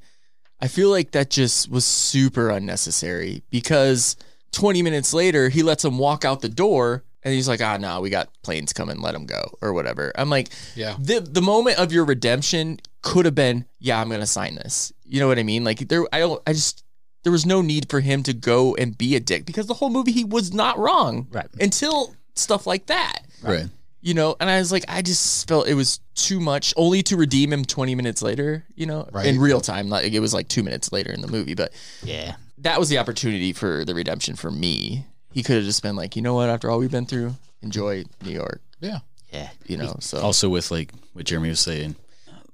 I feel like that just was super unnecessary because 20 minutes later, he lets him walk out the door and he's like, ah, no, we got planes coming, let him go or whatever. I'm like, Yeah. the, the moment of your redemption could have been, yeah, I'm going to sign this. You know what I mean? Like, there, I don't, I just, there was no need for him to go and be a dick because the whole movie he was not wrong Right. until stuff like that Right. you know and i was like i just felt it was too much only to redeem him 20 minutes later you know Right. in real time like it was like two minutes later in the movie but Yeah. that was the opportunity for the redemption for me he could have just been like you know what after all we've been through enjoy new york Yeah. Yeah. you know so Also with like what Jeremy was saying,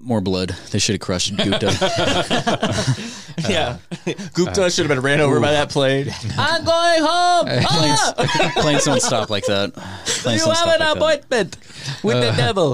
more blood. They should have crushed Gupta. yeah Uh, gupta should have been ran over by that plane i'm going home Oh, planes, Ah! planes don't stop like that. Planes you don't have stop an like that. appointment with the devil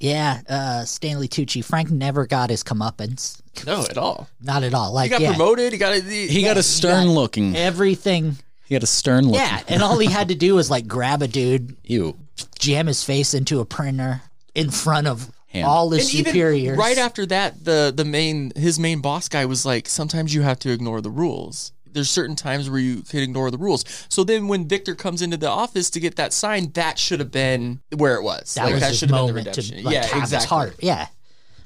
Yeah. Uh, Stanley Tucci. Frank never got his comeuppance. no at all Not at all. Like, he got yeah, promoted he got a, he, He got a stern looking. everything. He got a stern looking. Yeah. And all he had to do was like grab a dude, Ew. jam his face into a printer in front of Hand. all his And even superiors. right after that, the the main his main boss guy was like, sometimes you have to ignore the rules. There's certain times where you can ignore the rules. So then when Victor comes into the office to get that sign, that should have been where it was. that Like, was that his should have been the moment redemption. to like, yeah, have exactly. his heart. Yeah,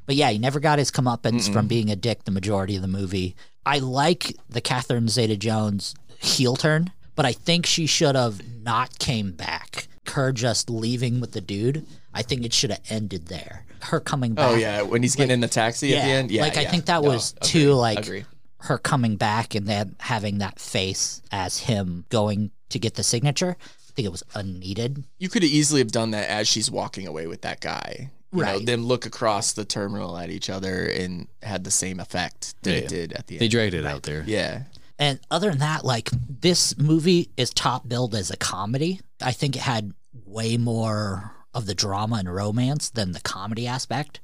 but yeah, he never got his comeuppance from being a dick the majority of the movie. I like the Catherine Zeta-Jones heel turn, but I think she should have not came back. Her just leaving with the dude. I think it should have ended there. Her coming back. Oh yeah, when he's getting in the taxi at the end. Yeah, like I yeah. think that No, was agree, too like agree. her coming back and then having that face as him going to get the signature. I think it was unneeded. You could have easily have done that as she's walking away with that guy. You know, Right. them look across the terminal at each other and had the same effect that Yeah. it did at the They end. dragged it out there. yeah. And other than that, like this movie is top billed as a comedy. I think it had way more of the drama and romance than the comedy aspect.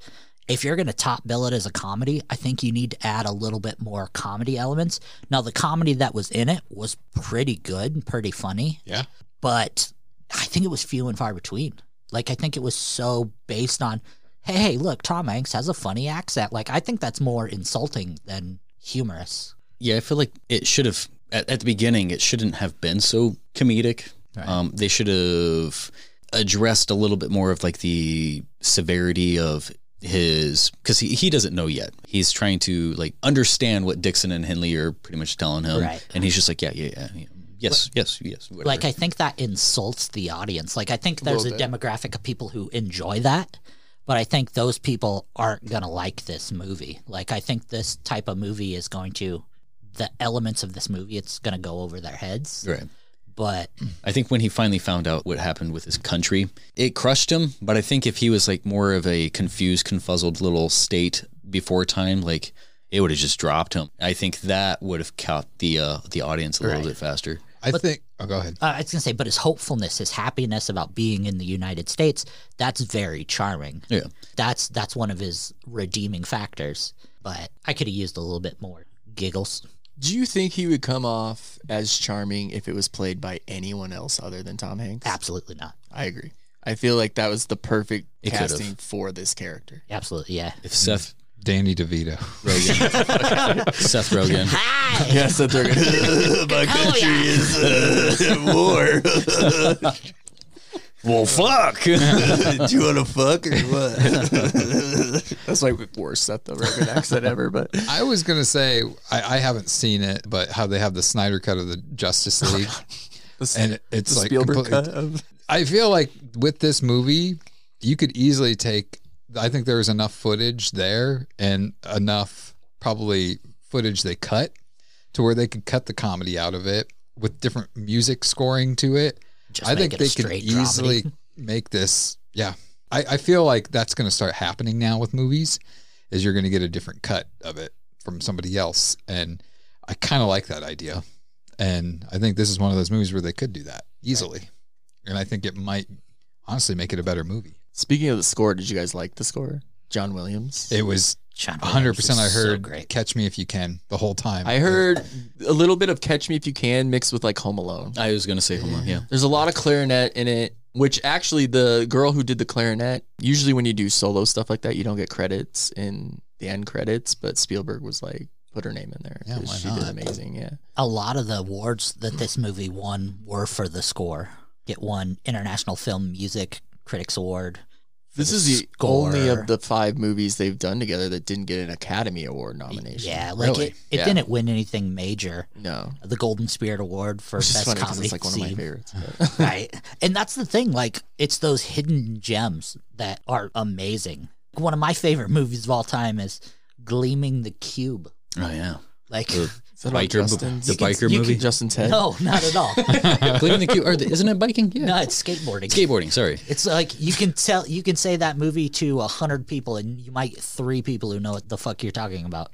If you're going to top bill it as a comedy, I think you need to add a little bit more comedy elements. Now, the comedy that was in it was pretty good and pretty funny. Yeah. But I think it was few and far between. Like, I think it was so based on, hey, hey, look, Tom Hanks has a funny accent. Like, I think that's more insulting than humorous. Yeah, I feel like it should have at, at the beginning. It shouldn't have been so comedic. Um, they should have addressed a little bit more of like the severity of his because he, he doesn't know yet. He's trying to like understand what Dixon and Henley are pretty much telling him, Right. and he's just like, yeah, yeah, yeah, yeah. yes, yes, yes. whatever. like I think that insults the audience. Like I think there's a, demographic of people who enjoy that, but I think those people aren't going to like this movie. Like I think this type of movie is going to the elements of this movie it's going to go over their heads. right. But I think when he finally found out what happened with his country, it crushed him. But I think if he was like more of a confused, confuzzled little state before time, like it would have just dropped him. I think that would have caught the uh, the audience a little Right. bit faster. I think oh go ahead. uh, I was going to say but his hopefulness, his happiness about being in the United States, that's very charming. Yeah, That's that's one of his redeeming factors, but I could have used a little bit more giggles. Do you think he would come off as charming if it was played by anyone else other than Tom Hanks? Absolutely not. I agree. I feel like that was the perfect It could've. casting for this character. Absolutely, yeah. if Seth Danny DeVito. Seth Rogen. Hi. Yes, that's right. My country is uh, at war. well, fuck. Do you want to fuck or what? That's like worst Seth the Rogen accent ever, but I was gonna say I, I haven't seen it, but how they have the Snyder cut of the Justice League, the, and it- it's like Spielberg complete- cut of I feel like with this movie, you could easily take. I think there was enough footage there and enough probably footage they cut to where they could cut the comedy out of it with different music scoring to it. Just I make think it a they could straight easily make this. Yeah, I, I feel like that's going to start happening now with movies, is you're going to get a different cut of it from somebody else, and I kind of like that idea, and I think this is one of those movies where they could do that easily, and I think it might honestly make it a better movie. Speaking of the score, did you guys like the score? John Williams. It was John Williams 100. percent I was so heard great. "Catch Me If You Can" the whole time. I heard a little bit of Catch Me If You Can mixed with like Home Alone. I was gonna say Home Alone. Yeah. There's a lot of clarinet in it, which actually the girl who did the clarinet, usually when you do solo stuff like that, you don't get credits in the end credits, but Spielberg was like, put her name in there. Yeah, 'cause why she did not? amazing. Yeah. A lot of the awards that this movie won were for the score. It won International Film Music Critics Award. This the is the score. only of the five movies they've done together that didn't get an Academy Award nomination. Yeah, like Really? it, it Yeah. didn't win anything major. No. The Golden Spirit Award for Which is best funny 'cause comedy it's like one of my scene. favorites. but- right and that's the thing like it's those hidden gems that are amazing one of my favorite movies of all time is gleaming the cube Oh yeah. like Or Is that about Biker mo- Justin? the You can- biker you movie? Can, Justin Ted. no not at all Cleaning the queue. Or the, isn't it biking? Yeah. no it's skateboarding Skateboarding. Sorry. it's like you can tell you can say that movie to a hundred people and you might get three people who know what the fuck you're talking about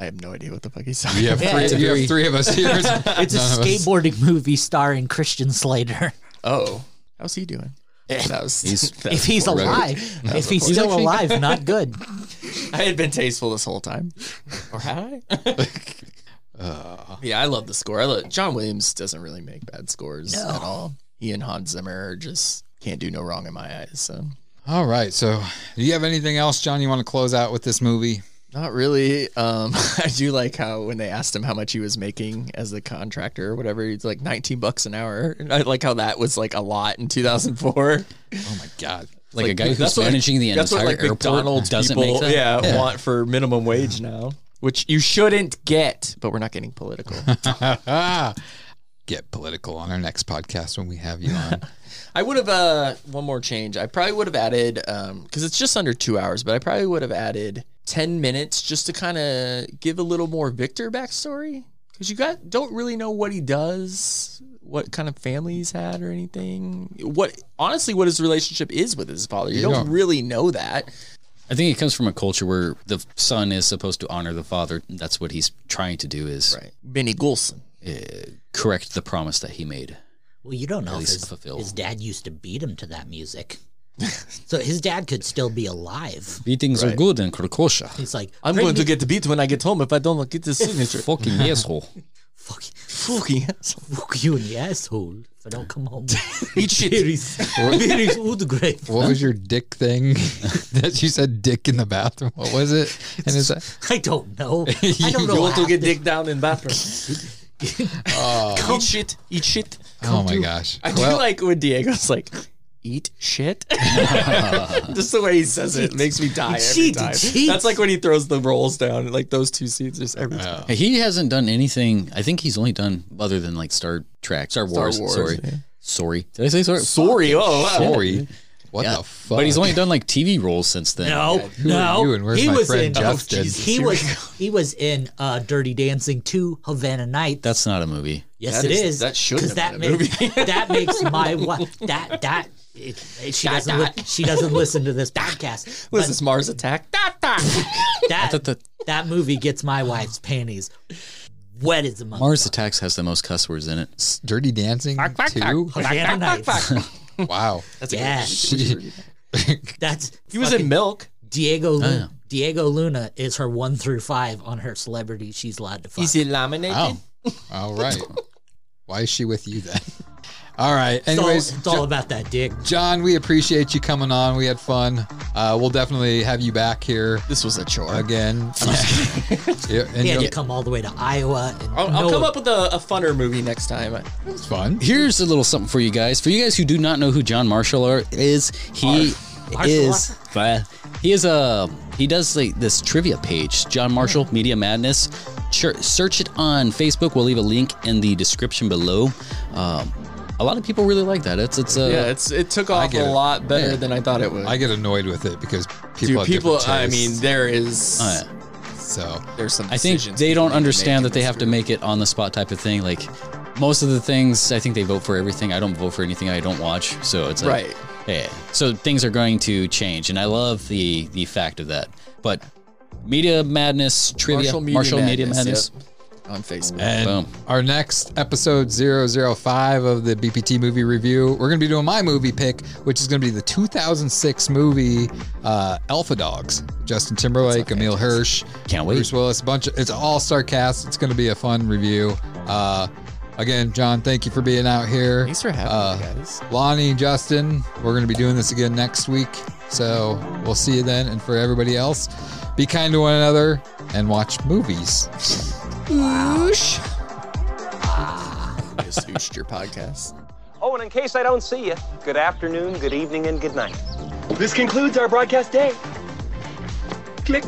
I have no idea what the fuck he's talking. You have, Yeah, three, it's a you very- have three of us here. it's a None of us- skateboarding movie starring christian slater Oh, how's he doing? That was. He's- that if was he's horrible. alive if he's He's still actually- alive not good I had been tasteful this whole time. Or had I? yeah, I love the score. I love John Williams doesn't really make bad scores No. at all. He and Hans Zimmer are just can't do no wrong in my eyes. So All right. So, do you have anything else, John? You want to close out with this movie? not really. Um, I do like how when they asked him how much he was making as the contractor or whatever, he's like 19 bucks an hour. And I like how that was like a lot in 2004. Oh my God. Like, a Like, guy that's who's what, like- managing the That's entire what like airport McDonald's doesn't people, make that. yeah, want for minimum wage now, which you shouldn't get. But we're not getting political. Get political on our next podcast when we have you on. I would have uh one more change. I probably would have added because it's just under two hours, but I probably would have added ten minutes just to kind of give a little more Victor backstory because you got don't really know what he does, what kind of family he's had or anything. What honestly, what his relationship is with his father, you You don't don't. really know that. I think it comes from a culture where the son is supposed to honor the father. That's what he's trying to do is Right, Benny Golson. uh, correct the promise that he made. Well, you don't know if least his, fulfill. his dad used to beat him to that music. so his dad could still be alive. Beatings are good in Krakosha. He's like, I'm "Bring going to me- get the beat when I get home if I don't get this signature. Fucking asshole. fuck, Fucking asshole. fuck you in the asshole if I don't come home. Eat shit. Where is Woodgrave? What was your dick thing that you said dick in the bathroom? What was it? And is that I don't know. I don't know. You want to half get the- dick down in bathroom. Eat shit. Eat shit. oh my gosh. I do Well, like when Diego's like, eat shit. Just the way he says it makes me die every Cheat, time. cheat. That's like when he throws the rolls down, like those two scenes just every time. He hasn't done anything. I think he's only done other than like Star Trek, Star Wars. Wars, sorry, yeah. sorry. Did I say sorry? Sorry. Oh, wow. sorry. What Yeah. the Oh, fuck? But he's only done like TV roles since then. No, Who are no. you and where's he my was friend in. Oh, Oh, Justin? he was. He was in uh, Dirty Dancing 2, Havana Night. That's not a movie. yes, That it is- is. that should 'cause have that been a makes that makes my wife that that. It, it- she doesn't. li- she doesn't listen to this podcast. What but is this, Mars Attack? Da, da. that that- that movie gets my wife's panties wet as a mug. Mars Attacks has the most cuss words in it. Dirty Dancing too. Havana Nights. Wow. Yeah, She- that's He was in Milk. Diego. Lu- Diego Luna is her one through five on her celebrity. She's allowed to fuck. Oh. Is he laminated? All right. Why is she with you then? All right. It's all, Anyways, it's all about that dick. John, we appreciate you coming on. We had fun. Uh, we'll definitely have you back here This was a chore. again. yeah, and He had you'll- to come all the way to Iowa. And I'll, I'll no- come up with a, a funner movie next time. I- it's fun. Here's a little something for you guys. For you guys who do not know who John Marshall are- is, he Marshall is bah, he is a he does like this trivia page, John Marshall Media Madness. Sure, search it on Facebook. We'll leave a link in the description below. Um, a lot of people really like that. It's uh, it's a yeah, it's it took off a get it. lot better Yeah. than I thought it would. I get annoyed with it because people Dude, have people, different I mean, tastes, there is uh, so there's some. I think decisions they we don't need to understand make that they in have this to group. make it on the spot type of thing. Like most of the things, I think they vote for everything. I don't vote for anything I don't watch. So it's like, Right. Yeah. So things are going to change, and I love the the fact of that. But media madness trivia, Marshall Media Madness, on Facebook. And Boom. our next episode 005 of the BPT movie review, we're going to be doing my movie pick, which is going to be the 2006 movie uh, Alpha Dogs. Justin Timberlake, Emil Hirsch, Can't wait. Bruce Willis, a bunch of it's all star cast. It's going to be a fun review. Uh, again, John, thank you for being out here. Thanks for having uh, me, guys. Lonnie, Justin, we're going to be doing this again next week. So we'll see you then. And for everybody else, be kind to one another and watch movies. I just ooshed your podcast. Oh, and in case I don't see you, good afternoon, good evening, and good night. This concludes our broadcast day. Click.